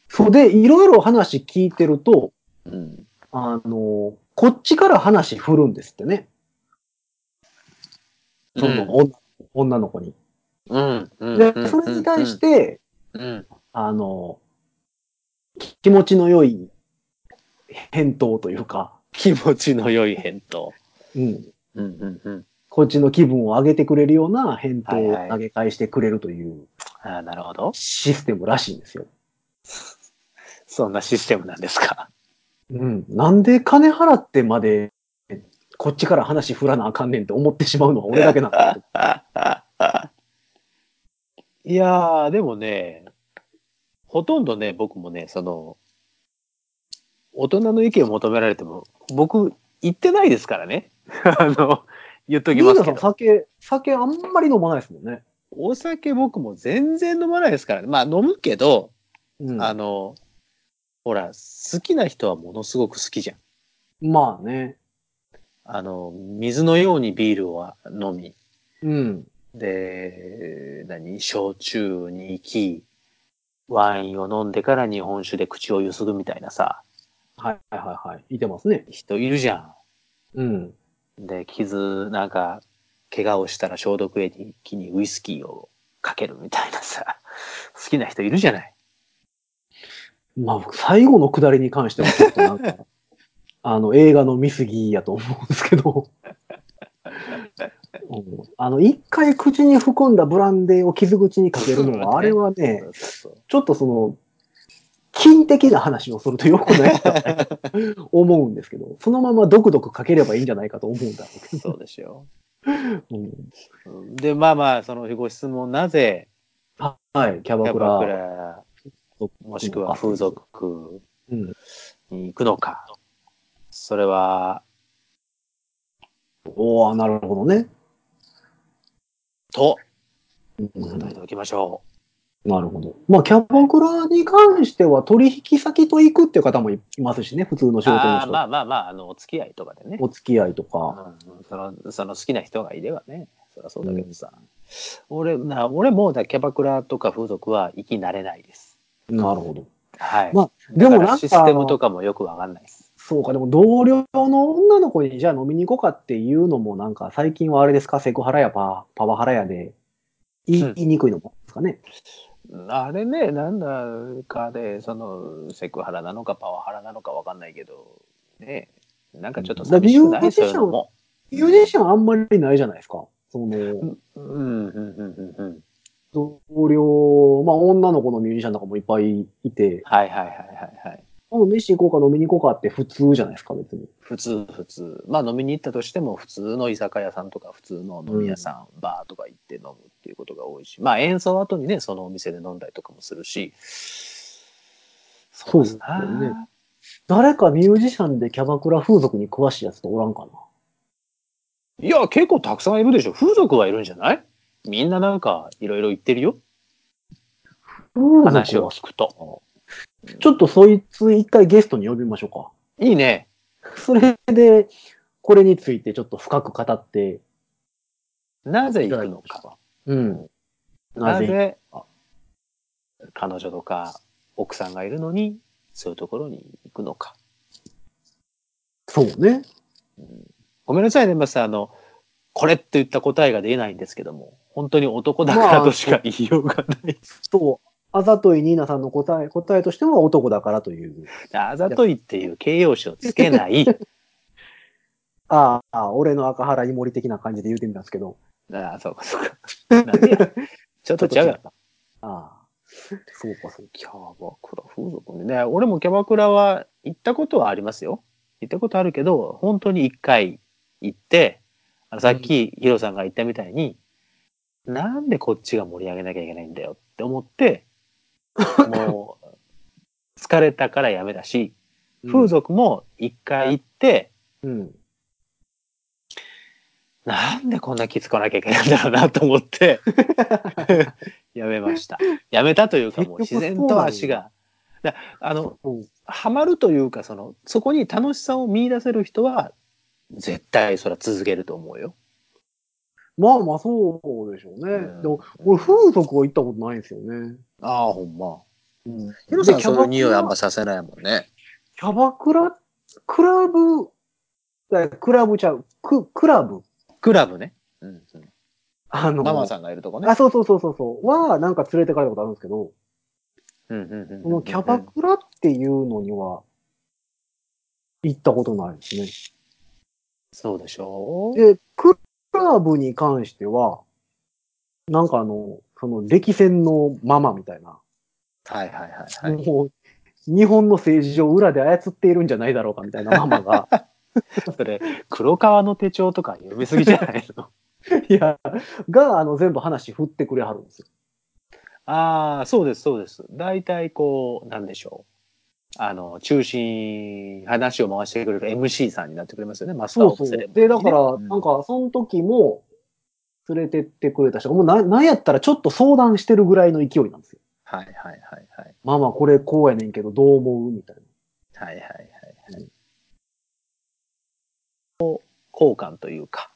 [SPEAKER 2] そうで、いろいろ話聞いてると、
[SPEAKER 3] うん。
[SPEAKER 2] あの、こっちから話振るんですってね。その、女女の子に。
[SPEAKER 3] うん。うん。、
[SPEAKER 2] で、それに対してて、
[SPEAKER 3] うん。
[SPEAKER 2] あの、き気持ちの良い返答というか、
[SPEAKER 3] 気持ちの良い返答。
[SPEAKER 2] うん、
[SPEAKER 3] うんうんうん。
[SPEAKER 2] こっちの気分を上げてくれるような返答
[SPEAKER 3] はい
[SPEAKER 2] を
[SPEAKER 3] はい
[SPEAKER 2] 投げ返してくれるという
[SPEAKER 3] ああ、なるほど。
[SPEAKER 2] システムらしいんですよ。
[SPEAKER 3] そんなシステムなんですか。
[SPEAKER 2] うん、なんで金払ってまでこっちから話振らなあかんねんって思ってしまうのは俺だけなんだけど。
[SPEAKER 3] いやー、でもね、ほとんどね、僕もね、その、大人の意見を求められても、僕、言ってないですからね。 あの、言っと
[SPEAKER 2] リ
[SPEAKER 3] き
[SPEAKER 2] ー
[SPEAKER 3] ます
[SPEAKER 2] ダー
[SPEAKER 3] け
[SPEAKER 2] さん
[SPEAKER 3] ど。
[SPEAKER 2] 酒、酒あんまり飲まないですもんね。
[SPEAKER 3] お酒僕も全然飲まないですからね。まあ飲むけど、
[SPEAKER 2] うん、
[SPEAKER 3] あの、ほら、好きな人はものすごく好きじゃん。
[SPEAKER 2] まあね。
[SPEAKER 3] あの、水のようにビールを飲み、
[SPEAKER 2] うん。
[SPEAKER 3] で、何焼酎に行き、ワインを飲んでから日本酒で口をゆすぐみたいなさ、
[SPEAKER 2] はいはいはいはい。いてますね。
[SPEAKER 3] 人いるじゃ
[SPEAKER 2] うん。
[SPEAKER 3] ん。で、傷、なんか、怪我をしたら消毒液にウイスキーをかけるみたいなさ、 好きな人いるじゃない。
[SPEAKER 2] まあ僕、最後の下りに関してはちょっとなん か、あの、映画の見過ぎやと思うんですけど、 うんあの、一回口に含んだブランデーを傷口にかけるのは、あれはね、ちょっとその、金的な話をするとよくないかと思うんですけど、そのままドクドクかければいいんじゃないかと思うんだろうけ
[SPEAKER 3] そうですよ。
[SPEAKER 2] ど、うん
[SPEAKER 3] うんで、まあまあ、そのご質問、なぜ、
[SPEAKER 2] ははい、キャ
[SPEAKER 3] キ
[SPEAKER 2] バ
[SPEAKER 3] ャ
[SPEAKER 2] ク
[SPEAKER 3] バク
[SPEAKER 2] ラ、
[SPEAKER 3] ラ、もしくは風俗
[SPEAKER 2] うん、
[SPEAKER 3] に行くのか。それは、
[SPEAKER 2] おおなるほどね、
[SPEAKER 3] と、
[SPEAKER 2] う
[SPEAKER 3] 答
[SPEAKER 2] ん
[SPEAKER 3] えておきましょ
[SPEAKER 2] なるほど。まあ、キャバクラに関しては、取引先と行くっていう方もいますしね、普通の仕事
[SPEAKER 3] う。
[SPEAKER 2] の
[SPEAKER 3] ああ
[SPEAKER 2] 人。
[SPEAKER 3] まあまあまあ、あの、お付き合いとかでね。
[SPEAKER 2] お付き合いとか。
[SPEAKER 3] うんその、その好きな人がいればね。そりゃそうだけどさ。俺、な、俺もだ、キャバクラとか風俗は生き慣れないです。
[SPEAKER 2] なるほど。
[SPEAKER 3] はい。
[SPEAKER 2] まあでも
[SPEAKER 3] だ
[SPEAKER 2] な
[SPEAKER 3] から
[SPEAKER 2] ん
[SPEAKER 3] システムと
[SPEAKER 2] か、
[SPEAKER 3] かもよくわかんないです。
[SPEAKER 2] そうか、でも同僚の女の子に、じゃあ飲みに行こうかっていうのも、なんか、最近はあれですか、セクハラやパパワハラやで、言い,、
[SPEAKER 3] うん
[SPEAKER 2] にくいのもあるんですかね。
[SPEAKER 3] あれね、なんだかで、その、セクハラなのかパワハラなのかわかんないけど、ね、なんかちょっと寂しくない
[SPEAKER 2] だか
[SPEAKER 3] そう
[SPEAKER 2] ら
[SPEAKER 3] いうのも。
[SPEAKER 2] ミュージシャンあんまりないじゃないですか。その、
[SPEAKER 3] うん、うん、うん、うんうん。
[SPEAKER 2] 同僚、まあ、女の子のミュージシャンとかもいっぱいいて、
[SPEAKER 3] はいはいはいはいはい。
[SPEAKER 2] あ飯行こうか飲みに行こうかって普通じゃないですか、別に。
[SPEAKER 3] 普通、普通。まあ飲みに行ったとしても、普通の居酒屋さんとか、普通の飲み屋さん、バーとか行って飲むっていうことが多いし、まあ演奏後にね、そのお店で飲んだりとかもするし、そうですね。
[SPEAKER 2] そうですよ誰かミュージシャンでキャバクラ風俗に詳しいやつとおらんか
[SPEAKER 3] いや、結構たくさんいるでしょ。風俗はいるんじゃないみんななんか、いろいろ言ってるよ。
[SPEAKER 2] な。風
[SPEAKER 3] 話
[SPEAKER 2] 俗
[SPEAKER 3] を
[SPEAKER 2] は
[SPEAKER 3] 聞くと。
[SPEAKER 2] ちょっとそいつ一回ゲストに呼びましょう
[SPEAKER 3] いいね。
[SPEAKER 2] か。それで、これについてちょっと深く語って、
[SPEAKER 3] なぜ行くのか。
[SPEAKER 2] うん。
[SPEAKER 3] な
[SPEAKER 2] なぜ
[SPEAKER 3] ぜ、彼女とか奥さんがいるのに、そういうところに行くのか。
[SPEAKER 2] そうね。
[SPEAKER 3] ごめんなさいね、まさんあの、これって言った答えが出ないんですけども、本当に男だか
[SPEAKER 2] まあ
[SPEAKER 3] らとしか言いようがない。
[SPEAKER 2] そう。あざといニーナさんの答え、答えとしては男だからという。
[SPEAKER 3] あざといっていう形容詞をつけない。
[SPEAKER 2] ああああ、俺の赤原いもり的な感じで言うてみたんですけど。
[SPEAKER 3] ああ、そうかそうか。なんでやちょっと違うよ。
[SPEAKER 2] た。ああ。そうか、そうか。
[SPEAKER 3] キャバクラ風俗ね。ね俺もキャバクラは行ったことはありますよ。行ったことあるけど、本当に一回行って、あのさっきヒロさんが言ったみたいに、なんでこっちが盛り上げなきゃいけないんだよって 思って、もう、疲れたからやめだし、風俗も一回行って、
[SPEAKER 2] うん。
[SPEAKER 3] なんでこんな気づかなきゃいけないんだろうなと思 って、やめました。やめたというか、もう
[SPEAKER 2] 結
[SPEAKER 3] 自
[SPEAKER 2] 局そうなん
[SPEAKER 3] 然
[SPEAKER 2] だ
[SPEAKER 3] と足が。だあの、
[SPEAKER 2] うん
[SPEAKER 3] ハマるというか、その、そこに楽しさを見出せる人は、絶対それは続けると思うよ。
[SPEAKER 2] まあまあ、そうでしょうね。
[SPEAKER 3] うん
[SPEAKER 2] でも、俺、風俗は行ったことないんですよね。
[SPEAKER 3] ああ、ほんま。
[SPEAKER 2] うん。
[SPEAKER 3] ヒロさ
[SPEAKER 2] で
[SPEAKER 3] んは
[SPEAKER 2] キャ
[SPEAKER 3] そ
[SPEAKER 2] バ
[SPEAKER 3] の
[SPEAKER 2] クラ
[SPEAKER 3] 匂いあんまさせないもんね。
[SPEAKER 2] キャバクラ、クラブ、だクラブちゃう、ク、クラブ。
[SPEAKER 3] クラブね。うん、うん。
[SPEAKER 2] あの、
[SPEAKER 3] ママさんがいるとこね
[SPEAKER 2] あ、。そうそうそうそうそう。は、なんか連れてかれたことあるんですけど、
[SPEAKER 3] うんうんうん
[SPEAKER 2] このキャバクラっていうのには、行ったことないですね。
[SPEAKER 3] そうでしょう。
[SPEAKER 2] で、クラブに関しては、なんかあの、その、歴戦のママみたいな、
[SPEAKER 3] はいはいはいはい。
[SPEAKER 2] もう、日本の政治を裏で操っているんじゃないだろうかみたいなママが、
[SPEAKER 3] それ、黒革の手帳とか読みすぎじゃないの
[SPEAKER 2] いや、が、あの、全部話振ってくれはるんですよ。
[SPEAKER 3] ああ、そうですそうです。大体こう、なんでしょう。あの、中心、話を回してくれる MC さんになってくれますよね、マスター
[SPEAKER 2] そ
[SPEAKER 3] オ
[SPEAKER 2] う
[SPEAKER 3] ブ
[SPEAKER 2] そう。
[SPEAKER 3] セレモニー
[SPEAKER 2] で、だから、
[SPEAKER 3] ね
[SPEAKER 2] なん、か、その時も、連れてってくれた人が、もうな、なんやったらちょっと相談してるぐらいの勢いなんですよ。
[SPEAKER 3] はいはいはいはい。
[SPEAKER 2] ママ、これこうやねんけど、どう思うみたいな。
[SPEAKER 3] はいはいはいはい。こう交換というか、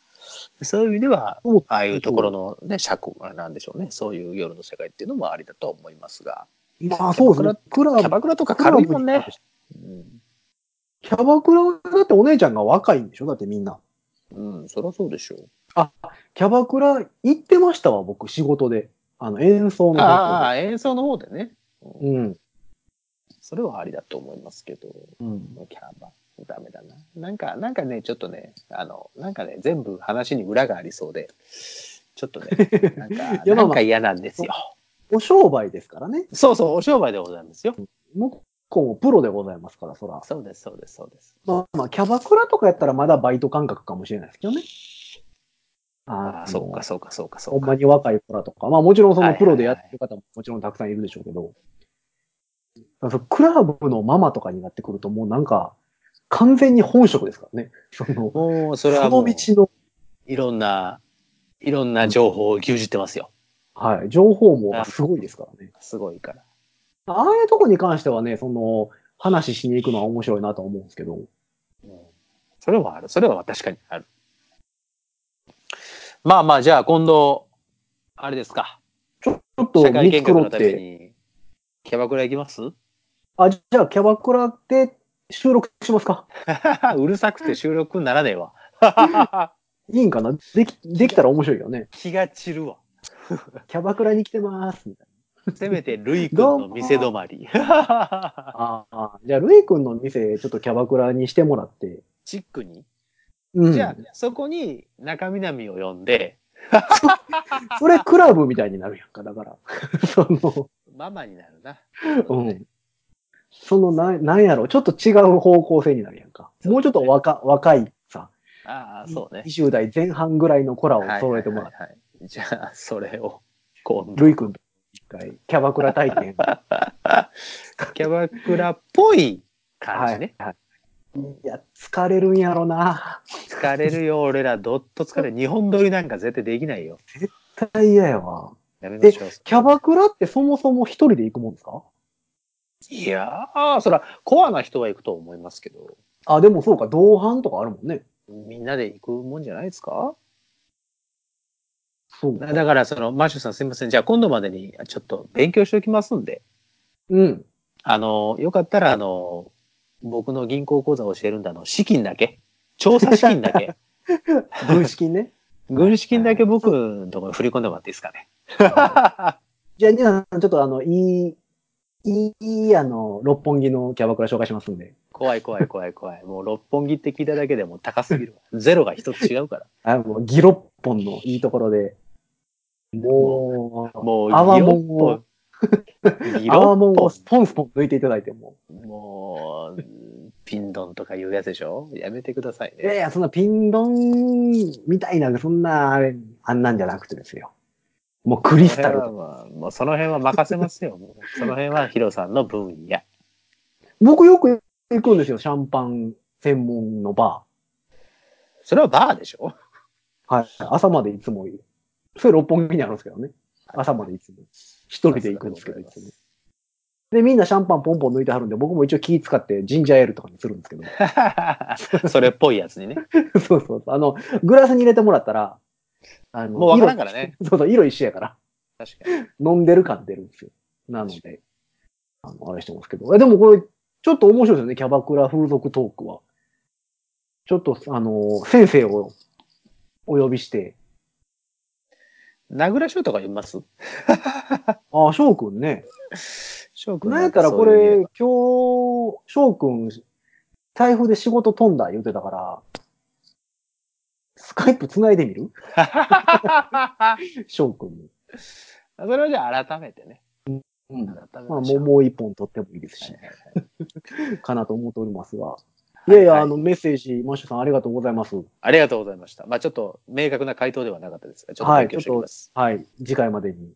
[SPEAKER 3] そういう意味では、ああいうところのね、尺なんでしょうね。そういう夜の世界っていうのもありだと思いますが。
[SPEAKER 2] まあ、そうですね。クラ
[SPEAKER 3] キャ
[SPEAKER 2] ブ、
[SPEAKER 3] バクラとか軽いもんね。うん
[SPEAKER 2] キャバクラはだってお姉ちゃんが若いんでしょだってみんな。
[SPEAKER 3] うん、そりゃそうでしょう。
[SPEAKER 2] キャバクラ行ってましたわ、僕、仕事で。あの、演奏の
[SPEAKER 3] あ
[SPEAKER 2] 方
[SPEAKER 3] あ、演奏の方でね。
[SPEAKER 2] で。うん。
[SPEAKER 3] それはありだと思いますけど、
[SPEAKER 2] うん。
[SPEAKER 3] キャバ、ダメだな。なんか、なんかね、ちょっとね、あの、なんかね、全部話に裏がありそうで、ちょっとね、 なんか、
[SPEAKER 2] いやま
[SPEAKER 3] な
[SPEAKER 2] あまあ
[SPEAKER 3] んか嫌なんですよ。
[SPEAKER 2] お商売ですからね。
[SPEAKER 3] そうそう、お商売でございますよ。
[SPEAKER 2] 向こうもプロでございますから、そら。
[SPEAKER 3] そうです、そうです、そうです。
[SPEAKER 2] まあ、まあ、キャバクラとかやったらまだバイト感覚かもしれないですけどね。
[SPEAKER 3] あ
[SPEAKER 2] あ
[SPEAKER 3] あ、そうか、そうか、そうか、そ
[SPEAKER 2] ほ
[SPEAKER 3] うんか
[SPEAKER 2] ま。に若い子らとか、まあもちろんそ
[SPEAKER 3] はい
[SPEAKER 2] の
[SPEAKER 3] はい
[SPEAKER 2] プロでやってる方ももちろんたくさんいるでしょうけど、だからそのクラブのママとかになってくるともうなんか、完全に本職ですからね。その、
[SPEAKER 3] もう、それはも
[SPEAKER 2] の
[SPEAKER 3] う、
[SPEAKER 2] 道
[SPEAKER 3] い
[SPEAKER 2] の、
[SPEAKER 3] ろんな、いろんな情報を牛耳ってますよ。
[SPEAKER 2] はい、情報網がすごいですからね。
[SPEAKER 3] すごいから。
[SPEAKER 2] ああいうとこに関してはね、その、話しに行くのは面白いなと思うんですけど、
[SPEAKER 3] うんそれはある。それは確かにある。まあまあ、じゃあ今度、あれですか。
[SPEAKER 2] ちょっと
[SPEAKER 3] 社会
[SPEAKER 2] 見
[SPEAKER 3] 見
[SPEAKER 2] 繕
[SPEAKER 3] 学の
[SPEAKER 2] った
[SPEAKER 3] め
[SPEAKER 2] て、
[SPEAKER 3] に、キャバクラ行きます
[SPEAKER 2] あ、じゃあキャバクラで収録しますか
[SPEAKER 3] うるさくて収録にならねえ わ。
[SPEAKER 2] いいんかなでき、できたら面白いよね。
[SPEAKER 3] 気が散るわ。
[SPEAKER 2] キャバクラに来てます、みたい
[SPEAKER 3] せめて、ルイ君の店止まり。
[SPEAKER 2] な。ああ、じゃあ、ルイ君の店、ちょっとキャバクラにしてもらって。
[SPEAKER 3] チックに。
[SPEAKER 2] うん。
[SPEAKER 3] じゃあ、そこに中南を呼んで、
[SPEAKER 2] それクラブみたいになるやんか、だから。 その、
[SPEAKER 3] ママになるな。
[SPEAKER 2] うん。そのな、なんやろ、ちょっと違う方向性になるやんか。もうちょっと若、若いさ、
[SPEAKER 3] ああ、そうね。
[SPEAKER 2] 20代前半ぐらいの子らを
[SPEAKER 3] はい
[SPEAKER 2] 揃えてもらって、
[SPEAKER 3] はいはいじゃあ、それを、今度
[SPEAKER 2] ルイ君と一回、キャバクラ体験。
[SPEAKER 3] キャバクラっぽい感じね。
[SPEAKER 2] はい。いや、疲れるんやろな。
[SPEAKER 3] 疲れるよ、俺ら。どっと疲れる。日本撮りなんか絶対できないよ。
[SPEAKER 2] 絶対嫌やわ。
[SPEAKER 3] やめましょう。
[SPEAKER 2] キャバクラってそもそも一人で行くもんですか
[SPEAKER 3] いやー、そら、コアな人は行くと思いますけど、
[SPEAKER 2] あ、でもそうか、同伴とかあるもんね。
[SPEAKER 3] みんなで行くもんじゃないですか
[SPEAKER 2] そう
[SPEAKER 3] だだから、その、マーシュさんすいません。じゃあ、今度までに、ちょっと勉強しておきますんで、
[SPEAKER 2] うん。
[SPEAKER 3] あの、よかったら、あの、僕の銀行口座を教えるんだの、資金だけ、調査資金だけ、
[SPEAKER 2] 軍資金ね。
[SPEAKER 3] 軍資金だけ僕のところに振り込んでもらっていいですかね。
[SPEAKER 2] じゃあ、じゃあ、ちょっとあの、いい、いい、いいあの、六本木のキャバクラ紹介しますんで。
[SPEAKER 3] 怖い怖い怖い怖い。もう六本木って聞いただけでもう高すぎるわ。ゼロが一つ違うから。
[SPEAKER 2] あもう、ギロッポンのいいところで。もう、
[SPEAKER 3] もう、
[SPEAKER 2] 泡もん
[SPEAKER 3] も
[SPEAKER 2] を、
[SPEAKER 3] ギ
[SPEAKER 2] アワ
[SPEAKER 3] ロ
[SPEAKER 2] モン
[SPEAKER 3] ッポ
[SPEAKER 2] をスポンスポン抜いていただいても。
[SPEAKER 3] ンもう、ピンドンとかいうやつでしょやめてください
[SPEAKER 2] いやい
[SPEAKER 3] ね。
[SPEAKER 2] や、そんなピンドンみたいな、そんな、あれ、あんなんじゃなくてですよ。もうクリスタル
[SPEAKER 3] その辺はまあ、もうその辺は任せますよ。もうその辺はヒロさんの分野。
[SPEAKER 2] 僕よく行くんですよ、シャンパン専門のバ
[SPEAKER 3] それはバーでしょ
[SPEAKER 2] ー。はい。朝までいつもいる。それ六本木にあるんですけどね。朝までいつも。一人で行くんですけど、いつも。で、みんなシャンパンポンポン抜いてはるんで、僕も一応気使ってジンジャーエールとかにするんですけど。
[SPEAKER 3] それっぽいやつにね。
[SPEAKER 2] そうそうそう。あの、グラスに入れてもらったら、あの
[SPEAKER 3] もうわからんからね。
[SPEAKER 2] 色そうそう、色一緒やから。
[SPEAKER 3] 確かに。
[SPEAKER 2] 飲んでる感出るんですよ。なので、あの、あれしてますけど。え、でもこれ、ちょっと面白いですよね、キャバクラ風俗トークは。ちょっと、あの、先生をお呼びして、
[SPEAKER 3] 名倉翔とかいます
[SPEAKER 2] ああ、翔くんね。
[SPEAKER 3] 翔くん
[SPEAKER 2] なんやったらこれ、今日、翔くん、台風で仕事飛んだ言うてたから、スカイプ繋いでみる翔くんに。
[SPEAKER 3] それはじゃあ改めてね。
[SPEAKER 2] うん。
[SPEAKER 3] 改め
[SPEAKER 2] ま
[SPEAKER 3] て
[SPEAKER 2] あ、もう、もう一本取ってもいいですし、かなと思っておりますが。い
[SPEAKER 3] い
[SPEAKER 2] やい
[SPEAKER 3] は
[SPEAKER 2] や、
[SPEAKER 3] い
[SPEAKER 2] あの、メッセージ、マッシュさんありがとうございます。
[SPEAKER 3] ありがとうございました。まあちょっと明確な回答ではなかったですが、ちょっと
[SPEAKER 2] はい
[SPEAKER 3] 勉強しておきます。
[SPEAKER 2] はい。次回までに、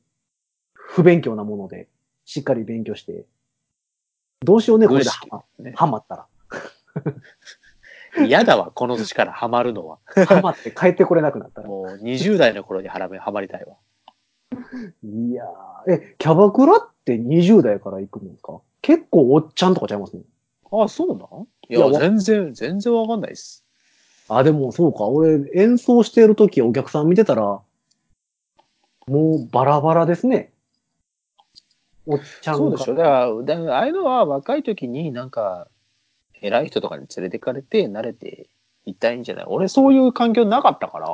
[SPEAKER 2] 不勉強なもので、しっかり勉強して、どうしようね、これで
[SPEAKER 3] 無意
[SPEAKER 2] ハ
[SPEAKER 3] 識
[SPEAKER 2] マ
[SPEAKER 3] ね
[SPEAKER 2] ハマった
[SPEAKER 3] 嫌だわ、この年からハマるのは。
[SPEAKER 2] ら。ハマって帰ってこれなくなったら。
[SPEAKER 3] もう20代の頃にハラメハマりたいわ。
[SPEAKER 2] いやー、え、キャバクラって20代から行くんですか結構おっちゃんとかちゃいますね。
[SPEAKER 3] あ、そうなんい
[SPEAKER 2] いや
[SPEAKER 3] や、
[SPEAKER 2] わ
[SPEAKER 3] 全然、全然わかんないです。
[SPEAKER 2] あ、でもそうか。俺、演奏してる時お客さん見てたら、もうバラバラですね。おっちゃんが
[SPEAKER 3] そうでしょ。だから、だからああいうのは若い時になんか、偉い人とかに連れてかれて慣れていったらいいんじゃない俺そういう環境なかったから、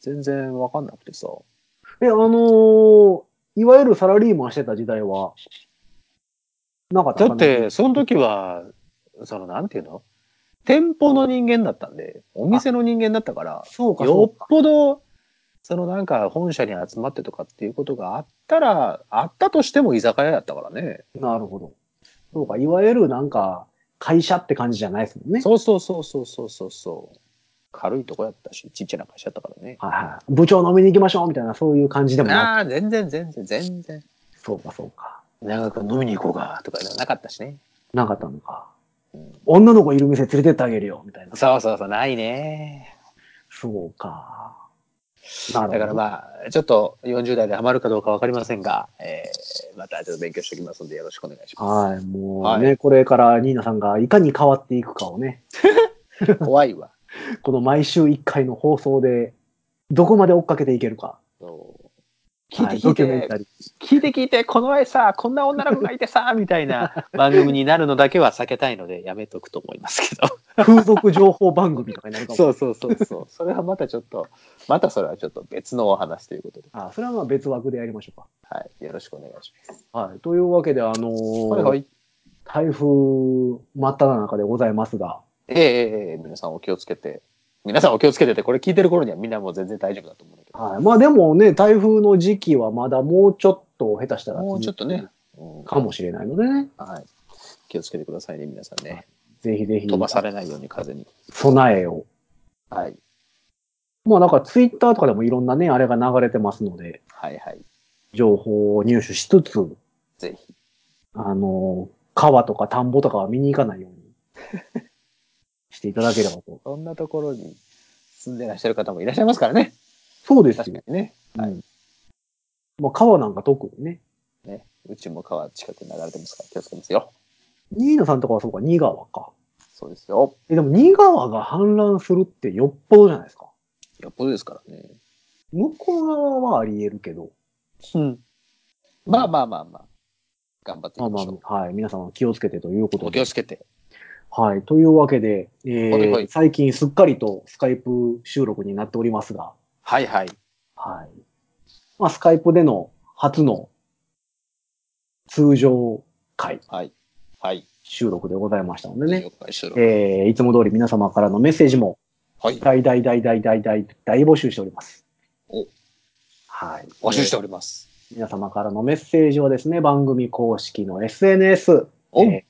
[SPEAKER 3] 全然わかんなくてさ。
[SPEAKER 2] え、あのーいわゆるサラリーマンしてた時代は、なかった
[SPEAKER 3] だ
[SPEAKER 2] かな
[SPEAKER 3] って、、その時は、その、なんていうの店舗の人間だったんで、お店の人間だったから、
[SPEAKER 2] そうか、
[SPEAKER 3] よ
[SPEAKER 2] そ
[SPEAKER 3] っ
[SPEAKER 2] うか。
[SPEAKER 3] ぽど、そのなんか本社に集まってとかっていうことがあったら、あったとしても居酒屋だったからね。
[SPEAKER 2] なるほど。そうか、いわゆるなんか、会社って感じじゃないですもんね。
[SPEAKER 3] そうそうそうそうそうそうそう。軽いとこやったし、ちっちゃな会社だったからね。
[SPEAKER 2] はいはい。部長飲みに行きましょうみたいな、そういう感じでもな
[SPEAKER 3] ああ、全然全然全然。
[SPEAKER 2] くそうか、そうか。
[SPEAKER 3] 長く飲みに行こうかとかなかったしね。
[SPEAKER 2] なかったのか
[SPEAKER 3] うん。
[SPEAKER 2] 女の子いる店連れてってあげるよ、みたいな。
[SPEAKER 3] そうそうそう、ないね。
[SPEAKER 2] そうか。なるほど。
[SPEAKER 3] だからまあ、ちょっと40代でハマるかどうかわかりませんが、えーまたちょっと勉強しておきますのでよろしくお願いしま
[SPEAKER 2] はい、もうね、
[SPEAKER 3] は
[SPEAKER 2] これからニーナさんがいかに変わっていくかをね、
[SPEAKER 3] す。怖いわ。
[SPEAKER 2] この毎週1回の放送で、どこまで追っかけていけるか。
[SPEAKER 3] そう聞
[SPEAKER 2] はいい
[SPEAKER 3] て
[SPEAKER 2] ド
[SPEAKER 3] 聞い
[SPEAKER 2] キ
[SPEAKER 3] て、
[SPEAKER 2] ュメンタリー。
[SPEAKER 3] 聞いて聞いて、この前さ、こんな女の子がいてさ、 みたいな番組になるのだけは避けたいのでやめとくと思いますけど。
[SPEAKER 2] 風俗情報番組とかになるかも。
[SPEAKER 3] そうそうそうそう。 それはまたちょっと、またそれはちょっと別のお話ということで、
[SPEAKER 2] あ、それはまあ別枠でやりましょう
[SPEAKER 3] はい。よろしくお願いします。
[SPEAKER 2] か。はい。というわけで、あのー
[SPEAKER 3] はいはい。
[SPEAKER 2] 台風真っただ中でございますが、
[SPEAKER 3] ええええええ皆さんお気をつけて。皆さんお気をつけてて、これ聞いてる頃にはみんなもう全然大丈夫だと思うんだけど。
[SPEAKER 2] はい。まあでもね、台風の時期はまだもうちょっと下手したら
[SPEAKER 3] もうちょっとね、うん
[SPEAKER 2] かもしれないのでね、
[SPEAKER 3] はい。気をつけてくださいね、皆さんね。
[SPEAKER 2] ぜひぜひ
[SPEAKER 3] 飛ばされないように風に。
[SPEAKER 2] 備えを。
[SPEAKER 3] はい。
[SPEAKER 2] まあなんかツイッターとかでもいろんなね、あれが流れてますので、
[SPEAKER 3] はいはい。
[SPEAKER 2] 情報を入手しつつ、
[SPEAKER 3] ぜひ。
[SPEAKER 2] あのー川とか田んぼとかは見に行かないよ うにしていただければと。
[SPEAKER 3] そんなところに住んでらっしゃる方もいらっしゃいますからね。
[SPEAKER 2] そうです
[SPEAKER 3] 確
[SPEAKER 2] よ
[SPEAKER 3] か。にね。は
[SPEAKER 2] うんまあ川なんか特にね。
[SPEAKER 3] ね。うちも川近くに流れてますから気をつけますよ。
[SPEAKER 2] ニーナさんとかはそうか、新川か。
[SPEAKER 3] そうですよ。
[SPEAKER 2] え、でも新川が氾濫するってよっぽどじゃないですか。
[SPEAKER 3] よっぽどですからね。
[SPEAKER 2] 向こう側はあり得るけど。
[SPEAKER 3] うん。まあまあまあまあ。頑張ってい
[SPEAKER 2] まあ
[SPEAKER 3] きま
[SPEAKER 2] ま
[SPEAKER 3] しょう。
[SPEAKER 2] あ、はい。皆さんは気をつけてということ
[SPEAKER 3] お気を
[SPEAKER 2] で。
[SPEAKER 3] つけて。
[SPEAKER 2] はい。というわけで、え
[SPEAKER 3] はいはい
[SPEAKER 2] ー、最近すっかりとスカイプ収録になっておりますが、
[SPEAKER 3] はいはい。
[SPEAKER 2] はい。まあ、スカイプでの初の通常回
[SPEAKER 3] はい。はい。
[SPEAKER 2] 収録でございましたのでね、
[SPEAKER 3] 了解しろ。
[SPEAKER 2] えー、いつも通り皆様からのメッセージも
[SPEAKER 3] はい。
[SPEAKER 2] 大大大大大大大募集しております。
[SPEAKER 3] お
[SPEAKER 2] はい。
[SPEAKER 3] 募集し
[SPEAKER 2] え
[SPEAKER 3] て
[SPEAKER 2] ー
[SPEAKER 3] おります。
[SPEAKER 2] 皆様からのメッセージをですね、番組公式の SNS、
[SPEAKER 3] お
[SPEAKER 2] え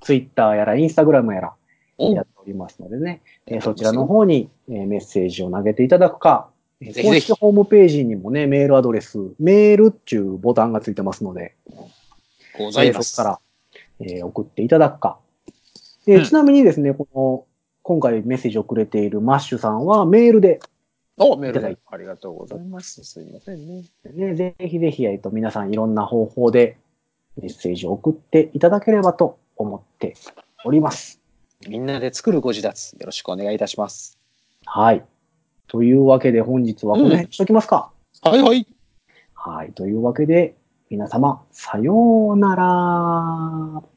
[SPEAKER 2] ー Twitter やら Instagram やら、やっておりますのでね、えーそちらの方に、えーメッセージを投げていただくか、えー
[SPEAKER 3] ぜひぜひ
[SPEAKER 2] 公式ホームページにもね、メールアドレス、メールっていうボタンがついてますので、
[SPEAKER 3] ござ
[SPEAKER 2] え
[SPEAKER 3] い
[SPEAKER 2] ー
[SPEAKER 3] ま
[SPEAKER 2] そ
[SPEAKER 3] す。
[SPEAKER 2] こから、えー送っていただくか、えー
[SPEAKER 3] うん
[SPEAKER 2] ちなみにですね、この、今回メッセージをくれているマッシュさんはメールで、
[SPEAKER 3] お、メール
[SPEAKER 2] いただい
[SPEAKER 3] で
[SPEAKER 2] て。
[SPEAKER 3] ありがとうございます。すいませんね。
[SPEAKER 2] ね、ぜひぜひ、えっと、皆さんいろんな方法でメッセージを送っていただければと思っております。
[SPEAKER 3] みんなで作るご自立、よろしくお願いいたします。
[SPEAKER 2] はい。というわけで本日はこの辺にしときますか。
[SPEAKER 3] はいはい。
[SPEAKER 2] はい。というわけで、皆様、さようなら。